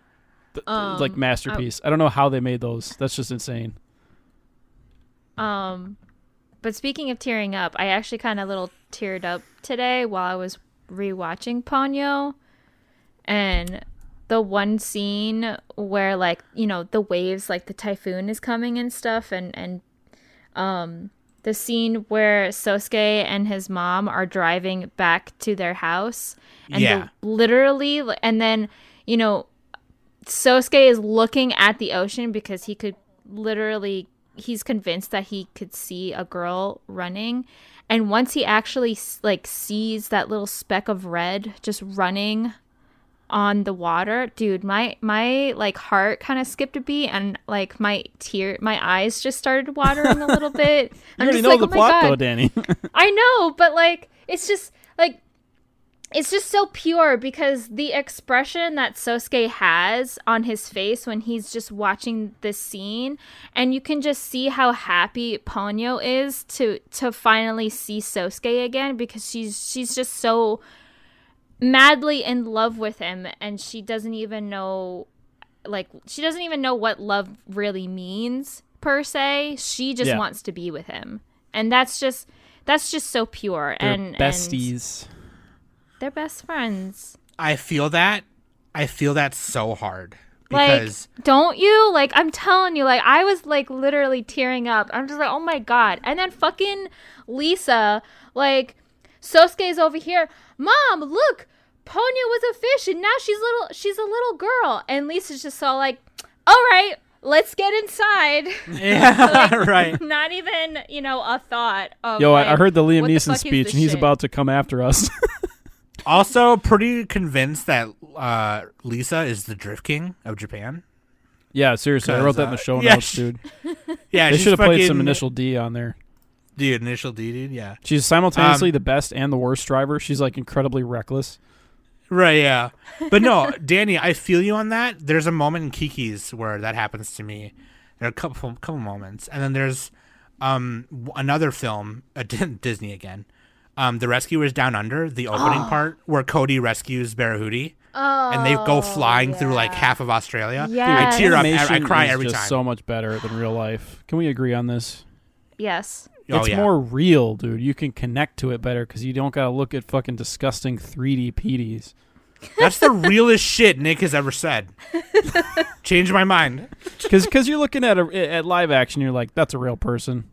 E: Th- th- like
C: Um,
E: masterpiece. I don't know how they made those. That's just insane.
C: um, but speaking of tearing up, I actually kind of little teared up today while I was rewatching Ponyo, and the one scene where like you know the waves, like the typhoon is coming and stuff, and and um. The scene where Sosuke and his mom are driving back to their house, and the-
D: Yeah.
C: literally, and then you know Sosuke is looking at the ocean because he could literally he's convinced that he could see a girl running and once he actually s- like sees that little speck of red just running on the water dude my my like heart kind of skipped a beat and like my tear my eyes just started watering a little bit
E: You
C: i'm
E: already
C: just
E: know
C: like
E: the
C: oh my
E: plot though,
C: god
E: Danny.
C: I know, but like it's just like it's just so pure because the expression that Sosuke has on his face when he's just watching this scene and you can just see how happy Ponyo is to to finally see Sosuke again because she's she's just so madly in love with him and she doesn't even know like she doesn't even know what love really means per se she just
E: Yeah.
C: wants to be with him and that's just that's just so pure and and
E: besties.
C: they're best friends
D: I feel that. I feel that so hard
C: like
D: because
C: don't you like i'm telling you like i was like literally tearing up i'm just like oh my god and then fucking lisa like sosuke's over here mom look ponyo was a fish and now she's little she's a little girl and lisa's just all like all right let's get inside
D: yeah, right.
C: not even you know a thought of
E: Yo,
C: like,
E: I, I heard the Liam
C: what
E: Neeson
C: fuck is
E: speech,
C: this
E: and he's
C: shit?
E: about to come after us.
D: Also, pretty convinced that uh, Lisa is the Drift King of Japan.
E: yeah, seriously, I wrote that in the
D: Cause,
E: show
D: uh, yeah,
E: notes,
D: she-
E: dude.
D: Yeah,
E: They
D: she's
E: should have played some
D: fucking-
E: initial D on there.
D: the initial D, dude. Yeah,
E: She's simultaneously the best and the worst driver. She's like incredibly reckless.
D: Right, yeah. But no, Danny, I feel you on that. There's a moment in Kiki's where that happens to me. There are a couple couple moments. And then there's um w- another film, uh, Di- Disney again. Um The Rescuers Down Under, the opening part where Cody rescues Barrahoody
C: oh,
D: and they go flying through like half of Australia. I
E: Uh,
C: Yes.
D: tear up. I, I
E: Animation
D: cry
E: is
D: every
E: just
D: time.
E: So much better than real life. Can we agree on this?
C: yes
D: oh,
E: it's
D: yeah.
E: more real, dude. You can connect to it better because you don't gotta look at fucking disgusting 3D PDs.
D: That's the realest shit Nick has ever said. Change my mind.
E: Because because you're looking at a, at live action, you're like, that's a real person.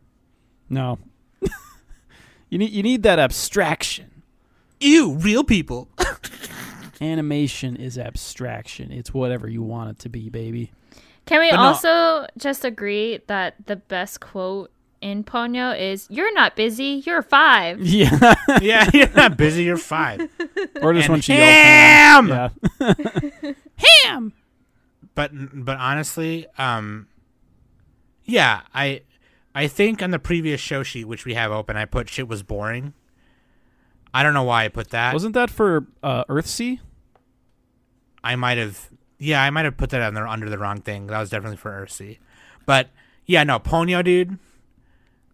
E: No, you need you need that abstraction.
D: Ew, real people.
E: Animation is abstraction. It's whatever you want it to be, baby.
C: Can we
D: But no-
C: also just agree that the best quote in Ponyo is "You're not busy, you're five.
E: Yeah.
D: yeah, you're not busy, you're fine.
E: or just
D: And
E: when she
D: ham!
E: yells, ham. Yeah. ham.
D: but but honestly, um, yeah, I I think on the previous show sheet which we have open, I put shit was boring. I don't know why I put that.
E: Wasn't that for uh, Earthsea?
D: I might have yeah, I might have put that on there under the wrong thing. That was definitely for Ursi. But yeah, no, Ponyo dude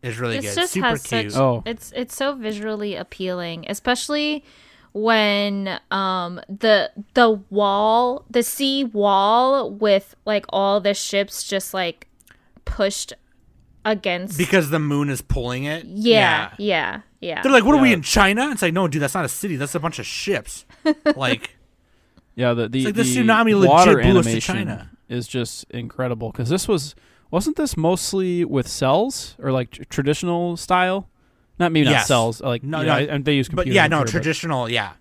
D: is really
C: This
D: good.
C: just
D: Super
C: has
D: cute.
C: such
E: Oh.
C: it's it's so visually appealing, especially when um the the wall the sea wall with like all the ships just like pushed against
D: Because the moon is pulling it.
C: yeah yeah yeah,
D: They're like, what are we in China? It's like, no, dude, that's not a city. That's a bunch of ships. like,
E: Yeah, the the,
D: It's like the
E: the
D: tsunami legit
E: water
D: blew us to
E: animation
D: China.
E: is just incredible because this was wasn't this mostly with cells or like tr- traditional style Not maybe not
D: Yes.
E: cells. Like
D: No,
E: no,
D: no.
E: and they use
D: But
E: computers.
D: yeah,
E: I'm
D: no,
E: sure, but-
D: traditional, yeah.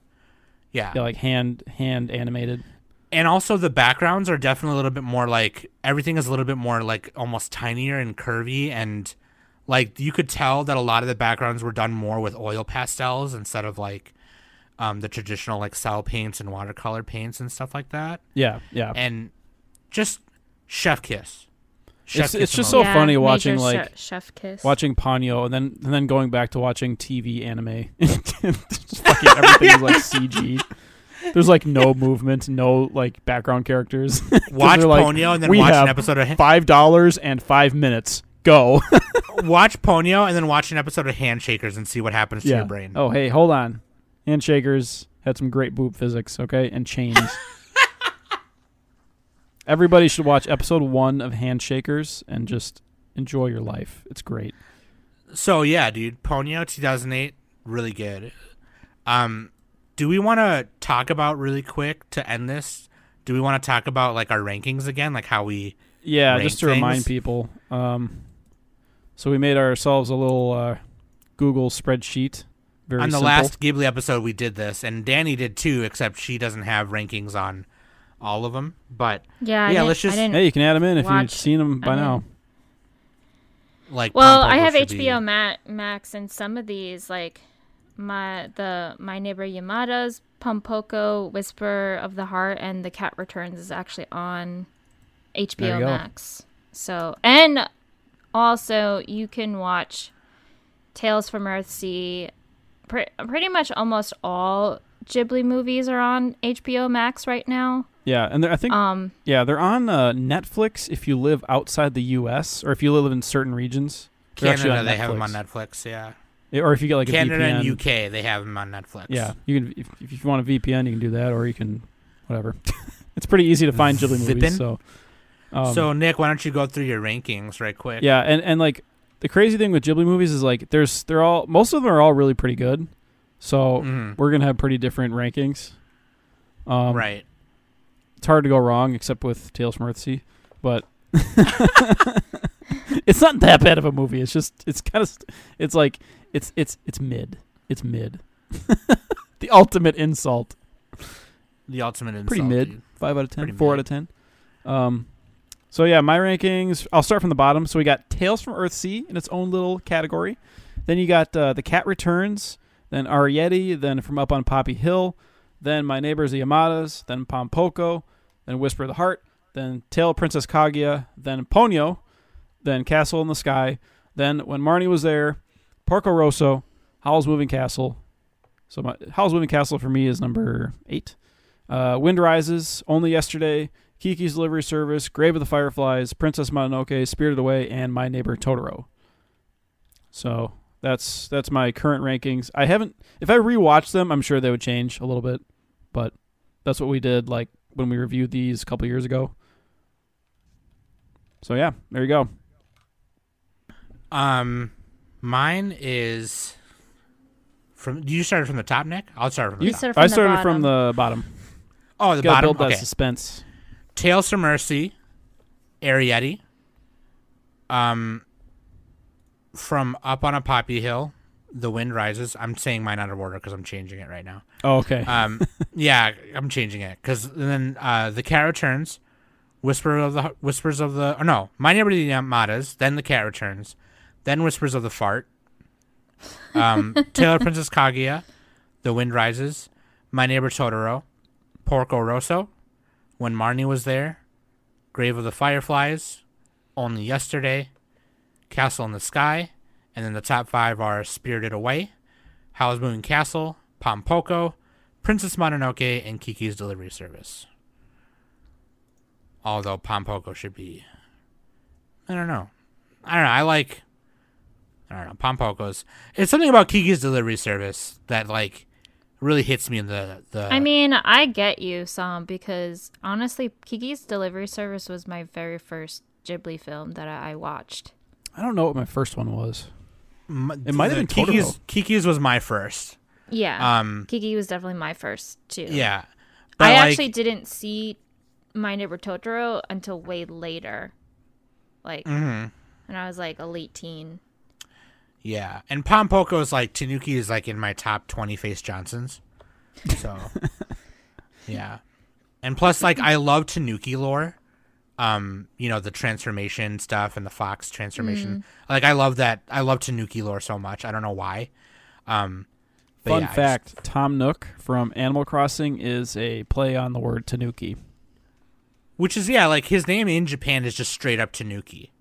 D: yeah.
E: yeah, like hand hand animated.
D: And also the backgrounds are definitely a little bit more like everything is a little bit more like almost tinier and curvy and like you could tell that a lot of the backgrounds were done more with oil pastels instead of like um, the traditional like cell paints and watercolor paints and stuff like that.
E: Yeah, yeah.
D: And just chef kiss. Chef
E: It's, it's just so
D: emoji.
C: Yeah,
E: funny
C: major
E: watching
C: sh-
E: like
C: chef kiss.
E: watching Ponyo and then and then going back to watching TV anime. Just fucking everything is like CG. There's like no movement, no like background characters. 'Cause
D: watch
E: they're like,
D: Ponyo and then
E: "We
D: watch
E: have
D: an episode of
E: Five dollars and five minutes. Go.
D: watch Ponyo and then watch an episode of Handshakers and see what happens to
E: yeah.
D: your brain.
E: Oh hey, hold on. Handshakers had some great boob physics, okay, and chains. Everybody should watch episode one of Handshakers and just enjoy your life. It's great.
D: So yeah, dude, Ponyo 2008 really good. Um do we want to talk about really quick to end this? Do we want to talk about like our rankings again, like how we
E: Yeah,
D: rank
E: just to remind
D: things.
E: people. Um, so we made ourselves a little uh, Google spreadsheet. Very
D: on the
E: simple.
D: last Ghibli episode we did this and Danny did too, except she doesn't have rankings on all of them, but
C: yeah,
D: yeah,
C: I didn't-
D: let's just-
C: I didn't-
E: Hey, you can add them in if
C: Watch-
E: you've seen them by
C: I mean-
E: now.
D: like
C: well,
D: Pom Pom
C: I have
D: should be-
C: HBO Ma- Max, and some of these like my the my neighbor Yamada's Pompoko, Whisper of the Heart, and The Cat Returns is actually on
E: There
C: HBO
E: you go.
C: Max. So and also you can watch Tales from Earthsea. Pre- pretty much almost all Ghibli movies are on HBO Max right now.
E: Yeah, and they're, I think
C: Um,
E: yeah they're on uh, Netflix if you live outside the U.S. or if you live in certain regions. They're actually
D: Canada,
E: on
D: they have them on
E: Netflix.
D: Netflix. Yeah,
E: Yeah, Or if you get like
D: Canada
E: a VPN.
D: and UK, they have them on Netflix.
E: Yeah, you can if, if you want a VPN, you can do that, or you can whatever. it's pretty easy to find Ghibli
D: Vipin?
E: movies. So, um,
D: so Nick, why don't you go through your rankings right quick?
E: Yeah, and and like the crazy thing with Ghibli movies is like there's they're all most of them are all really pretty good. So
D: Mhm.
E: we're gonna have pretty different rankings. Um,
D: right.
E: It's hard to go wrong except with Tales from Earthsea, but it's not that bad of a movie. It's just it's kind of st- it's like it's it's it's mid. It's mid. the ultimate insult.
D: The ultimate insult.
E: Pretty mid.
D: dude.
E: Five out of ten.
D: Pretty
E: four
D: mid.
E: out of ten. Um. So yeah, my rankings. I'll start from the bottom. So we got Tales from Earthsea in its own little category. Then you got uh, the Cat Returns. Then Arietti. Then From Up on Poppy Hill. Then My Neighbors the Yamadas. Then Pompoko. Then Whisper of the Heart. Then Tale of Princess Kaguya. Then Ponyo. Then Castle in the Sky. Then When Marnie Was There. Porco Rosso. Howl's Moving Castle. So my Howl's Moving Castle for me is number eight. Uh, Wind Rises, Only Yesterday, Kiki's Delivery Service, Grave of the Fireflies, Princess Mononoke, Spirited Away, and My Neighbor Totoro. So that's that's my current rankings. I haven't. If I rewatched them, I'm sure they would change a little bit, but that's what we did like when we reviewed these a couple years ago. So yeah, there you go.
D: Um, mine is from. You started from the top, Nick. I'll start from the
C: You
D: top.
C: started from
E: I
C: the
E: started
C: bottom.
E: from the bottom.
D: oh, the
E: Gotta
D: bottom.
E: build that
D: Okay.
E: suspense.
D: Tales from Mercy, Arietti. Um, from up on a poppy hill, the wind rises. I'm saying mine out of order because I'm changing it right now.
E: Oh, okay.
D: Um, yeah, I'm changing it because then uh, the cat returns, whisper of the whispers of the or no, my neighbor the Yamadas, then the cat returns, then whispers of the fart. Um, Taylor Princess Kaguya, the wind rises, my neighbor Totoro, Porco Rosso, when Marnie was there, Grave of the Fireflies, only yesterday, Castle in the Sky, and then the top five are Spirited Away. Howl's Moving Castle, Pompoko, Princess Mononoke, and Kiki's Delivery Service. Although Pompoko should be, I don't know, I don't know. I like, I don't know. Pompoko's. It's something about Kiki's Delivery Service that like really hits me in the the.
C: I mean, I get you, Sam, because honestly, Kiki's Delivery Service was my very first Ghibli film that I, I watched.
E: I don't know what my first one was.
D: m-
E: it might have
D: the
E: been Totoro.
D: Kiki's. Kiki's was my first.
C: Yeah.
D: Um,
C: Kiki was definitely my first, too.
D: yeah. But,
C: I
D: like,
C: actually didn't see My Neighbor Totoro until
D: Mm-hmm.
C: way later. Like, and I was like a late teen.
D: Yeah, and Pompoko is like Tanuki is like in my top twenty Face Johnsons. So, yeah, and plus like I love Tanuki lore. Um, you know the transformation stuff and the fox transformation.
E: Mm-hmm.
D: Like I love that. I love Tanuki lore so much. I don't know why. Um, but
E: Fun
D: yeah, I just-
E: fact: Tom Nook from Animal Crossing is a play on the word Tanuki.
D: which is yeah, like his name in Japan is just straight up Tanuki.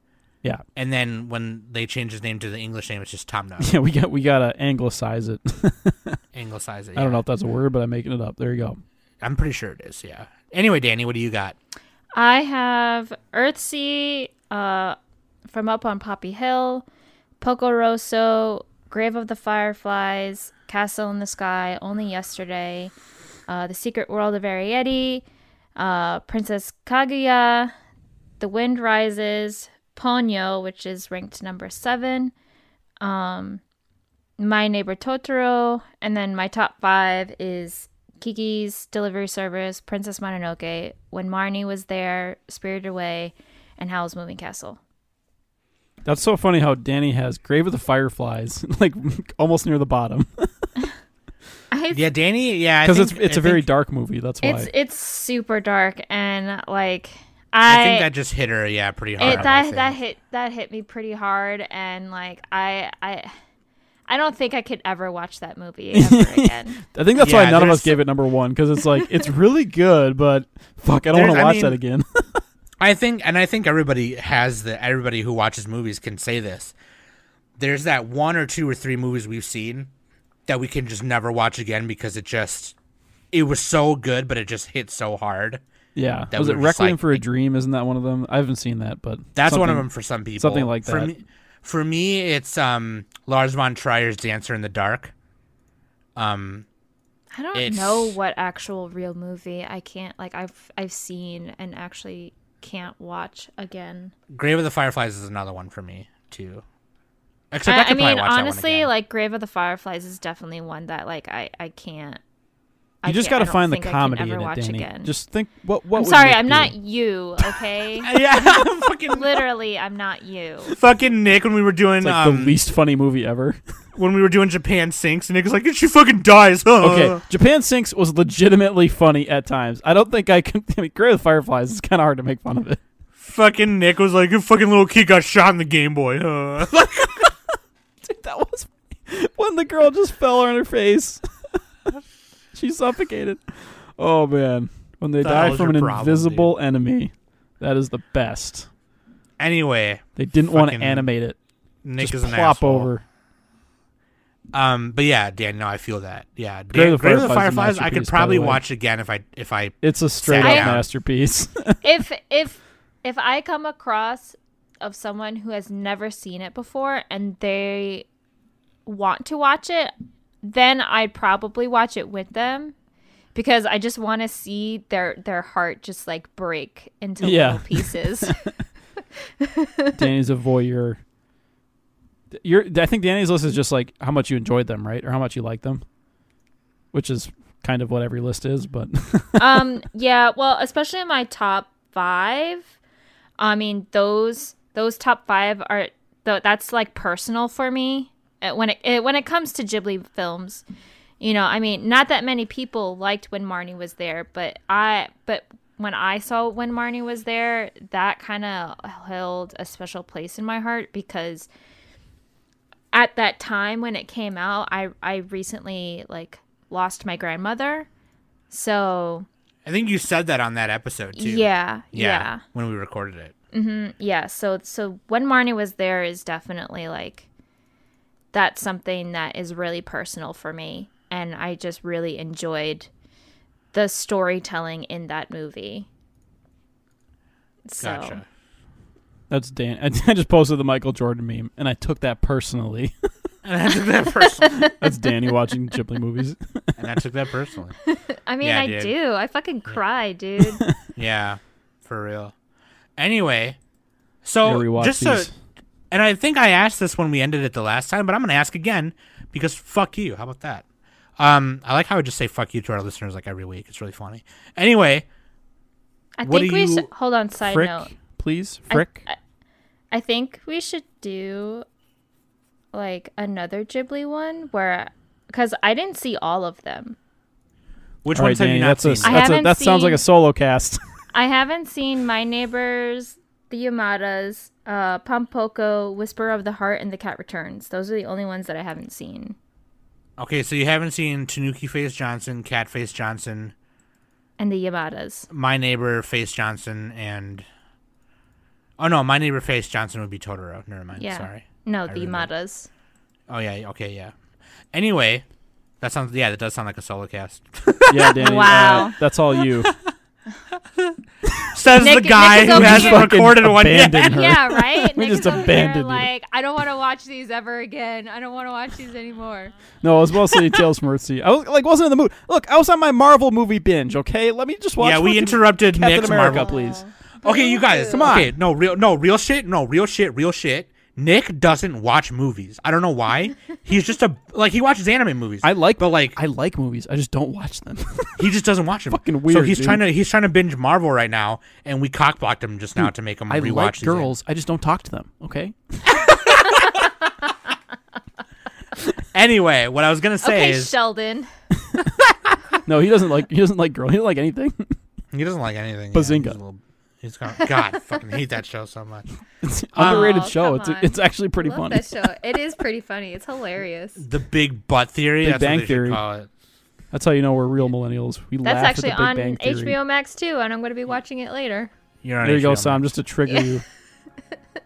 E: Yeah,
D: And then when they change his name to the English name, it's just Tom Nook.
E: yeah, we got we gotta anglicize it.
D: Anglicize it.
E: I don't
D: yeah.
E: know if that's a word, but I'm making it up. There you go.
D: I'm pretty sure it is. Yeah. Anyway, Danny, what do you got?
C: I have Earthsea uh, from up on Poppy Hill, Pocoroso, Grave of the Fireflies, Castle in the Sky, Only Yesterday, uh, The Secret World of Arietti, uh, Princess Kaguya, The Wind Rises, Ponyo, which is ranked number seven, um, My Neighbor Totoro, and then my top five is Kiki's Delivery Service, Princess Mononoke, When Marnie Was There, Spirited Away, and Howl's Moving Castle.
E: That's so funny how Danny has Grave of the Fireflies like almost near the bottom
C: I,
D: Yeah, Danny. Yeah, I
E: because it's
D: think-
E: it's
D: I
E: a very
D: think-
E: dark movie. That's why.
C: it's it's super dark and like
D: I,
C: I,
D: think that just hit her. Yeah, pretty hard.
C: it,
D: I
C: that
D: think.
C: that hit that hit me pretty hard and like I I I don't think I could ever watch that movie ever again.
E: I think that's
D: Yeah,
E: why none of
D: there's-
E: us gave it number one because it's like it's really good, but fuck, I don't
D: There's-
E: want to
D: I
E: watch
D: mean-
E: that again.
D: I think, and I think everybody has the everybody who watches movies can say this. There's that one or two or three movies we've seen that we can just never watch again because it just it was so good, but it just hit so hard.
E: yeah,
D: That
E: was
D: we
E: it
D: were just
E: Requiem
D: like-
E: for a Dream? Isn't that one of them? I haven't seen that, but
D: That's one of
E: something-
D: them for some people.
E: something like
D: For
E: that.
D: me, for me it's um, Lars von Trier's Dancer in the Dark. Um,
C: I don't
D: It's-
C: know what actual real movie I can't like I've I've seen and actually can't watch again.
D: Grave of the Fireflies is another one for me too. Except I,
C: I, I
D: could probably
C: mean,
D: watch that one
C: honestly,
D: again.
C: like Grave of the Fireflies is definitely one that like I I can't.
E: You just
C: got to
E: find the comedy in it, Danny. Just think what what.
C: I'm
E: would
C: sorry,
E: Nick
C: I'm
E: do?
C: not you. Okay,
D: yeah, fucking
C: literally, I'm not you.
D: fucking Nick when we were doing
E: It's like the
D: um,
E: least funny movie ever.
D: when we were doing Japan sinks, Nick was like, she fucking dies. Huh?
E: Okay, Japan Sinks was legitimately funny at times. I don't think I can. I mean, Grave of the Fireflies is kind of hard to make fun of it.
D: Fucking Nick was like, your fucking little kid got shot in the Game Boy. Huh?
E: Dude, that was when the girl just fell on her face. she suffocated. Oh man, when they
D: The
E: die
D: hell's
E: from an
D: your problem,
E: invisible enemy, that is the best.
D: anyway,
E: They didn't want to
D: Fucking
E: animate it.
D: Nick
E: just
D: is an
E: plop
D: asshole.
E: over.
D: Um, but yeah, Dan, no, I feel that. Yeah, Dan,
E: Grave
D: Grave
E: of the
D: of the
E: Fireflies
D: Fireflies,
E: is a
D: I could
E: masterpiece, by the
D: probably
E: way.
D: watch again if I if I
E: It's a straight
D: Sat
E: up
D: down.
E: masterpiece.
C: if if if I come across of someone who has never seen it before and they want to watch it, then I'd probably watch it with them because I just want to see their their heart just like break into
E: Yeah.
C: little pieces.
E: Danny's a voyeur. Your, I think Danny's list is just like how much you enjoyed them, right, or how much you like them, which is kind of what every list is. But
C: um yeah well especially in my top five i mean those those top five are though that's like personal for me Uh, when it, it when it comes to ghibli films you know i mean not that many people liked when marnie was there but i but when i saw when marnie was there that kind of held a special place in my heart because at that time when it came out i i recently like lost my grandmother so
D: I think you said that on that episode too.
C: yeah,
D: yeah,
C: yeah,
D: when we recorded it.
C: yeah. So, so when Marnie was there is definitely like that's something that is really personal for me, and I just really enjoyed the storytelling in that movie. So,
D: Gotcha.
E: that's Dan. I, I just posted the Michael Jordan meme, and I took that personally.
D: And I took that personally.
E: that's Danny watching Ghibli movies.
D: and I took that personally.
C: I mean,
D: Yeah,
C: I
D: dude.
C: do. I fucking cry, dude.
D: Yeah, for real. Anyway,
E: Gotta
D: so
E: rewatch
D: just so,
E: these.
D: and I think I asked this when we ended it the last time, but I'm gonna ask again because fuck you. How about that? Um, I like how I just say fuck you to our listeners like every week. It's really funny. Anyway,
C: I
D: What
C: think
D: do
C: we
D: you-
C: should hold on. Side
E: Frick,
C: note:
E: please, Frick.
C: I think we should do like another Ghibli one where because I didn't see all of them.
D: Which
E: All right,
D: ones have
E: Danny,
D: you not
E: that's a,
D: seen?
C: I
E: that's a,
C: haven't
E: that sounds like a
C: seen-
E: solo cast.
C: I haven't seen My Neighbors, The Yamadas, uh, Pompoko, Whisper of the Heart, and The Cat Returns. Those are the only ones that I haven't seen.
D: okay, so you haven't seen Tanuki Face Johnson, Cat Face Johnson,
C: And The Yamadas.
D: My Neighbor Face Johnson, and oh no, My Neighbor Face Johnson would be Totoro. Never mind.
C: Yeah.
D: Sorry.
C: No, The
D: remember.
C: Yamadas.
D: Oh yeah. Okay. Yeah. Anyway, that sounds yeah. That does sound like a solo cast.
E: yeah, Danny. uh,
C: Wow.
E: that's all you.
D: Says
C: Nick-
D: the guy
C: Nick is
D: who
C: over
D: hasn't
C: here.
D: recorded one yet.
E: Abandon her.
C: Yeah, right?
E: We
C: Nick is
E: just
C: over here
E: abandoned you.
C: Like, I don't want to watch these ever again. I don't want to watch these anymore.
E: No, it was mostly Tales from Earthsea. I was like, wasn't in the mood. Look, I was on my Marvel movie binge. Okay, let me just watch.
D: Yeah, we
E: fucking
D: interrupted
E: Captain
D: Nick's
E: America,
D: Marvel.
E: please.
D: Okay, you guys.
E: Come on.
D: Okay, no real, no real shit. No real shit. Real shit. Nick doesn't watch movies. I don't know why. He's just a like he watches anime movies.
E: I like,
D: but like
E: I like movies. I just don't watch them.
D: he just doesn't watch them.
E: Fucking
D: So
E: weird,
D: he's
E: dude.
D: trying to he's trying to binge Marvel right now, and we cockblocked him just now to make him
E: I
D: rewatch
E: like
D: these
E: girls. I just don't talk to them. Okay.
D: Anyway, what I was gonna say
C: Okay,
D: is
C: Sheldon.
E: No, he doesn't like. He doesn't like girl. He doesn't like anything.
D: he doesn't like anything.
E: Bazinga.
D: Yeah, he's a little- he's gone. God, fucking hate that show so much.
E: It's an underrated
C: Oh,
E: show.
C: come
E: It's
C: on.
E: it's actually pretty
C: Love
E: funny.
C: that show. It is pretty funny. It's hilarious.
D: The Big Butt Theory.
E: Big
D: that's what
E: Bang
D: they should
E: Theory.
D: Call it.
E: That's how you know we're real millennials. We
C: That's
E: laugh
C: actually
E: at the Big
C: on
E: Bang Theory.
C: HBO Max too, and I'm going to be watching it later.
D: You're on
E: There you go,
D: HBO, man.
E: Sam. Just to trigger you.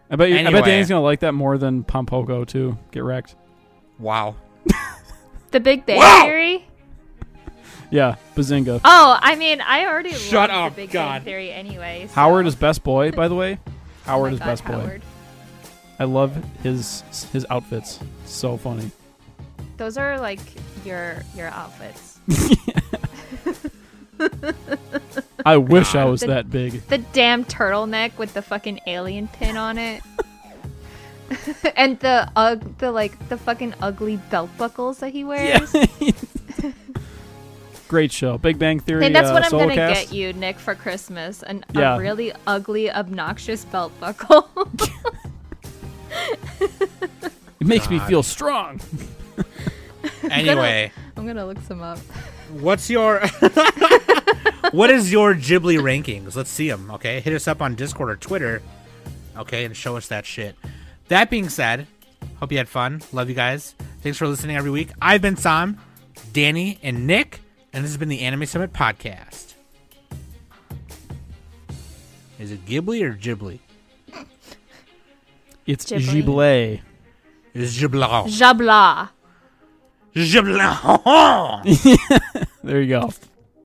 E: I bet. You, I bet
D: Anyway.
E: Danny's gonna like that more than Pompoko too. Get wrecked.
D: Wow.
C: The Big Bang
D: Wow!
C: Theory.
E: Yeah, Bazinga.
C: Oh, I mean, I already
D: Shut
C: loved
D: up,
C: The Big
D: God.
C: Bang Theory anyway. so-
E: Howard is best boy, by the way.
C: Oh my
E: Howard is
C: God,
E: best boy.
C: Howard.
E: I love his his outfits. So funny.
C: Those are like your your outfits.
E: I wish I was
C: The-
E: that big.
C: The damn turtleneck with the fucking alien pin on it. and the ug the like the fucking ugly belt buckles that he wears.
E: Great show. Big Bang Theory.
C: Hey, that's
E: uh,
C: what I'm
E: solo
C: gonna
E: cast.
C: get you, Nick, for Christmas. An
E: Yeah.
C: a really ugly, obnoxious belt buckle.
E: It makes me
D: God.
E: feel strong.
D: Anyway,
C: I'm gonna look some up.
D: what's your what is your Ghibli rankings? Let's see them. Okay, hit us up on Discord or Twitter. Okay, and show us that shit. That being said, hope you had fun. Love you guys. Thanks for listening every week. I've been Sam, Danny, and Nick, and this has been the Anime Summit podcast. Is it Ghibli or Ghibli?
E: It's
C: Ghibli.
E: Giblet.
D: It's Ghibli.
C: Jabla.
D: Ghibli.
E: There you go.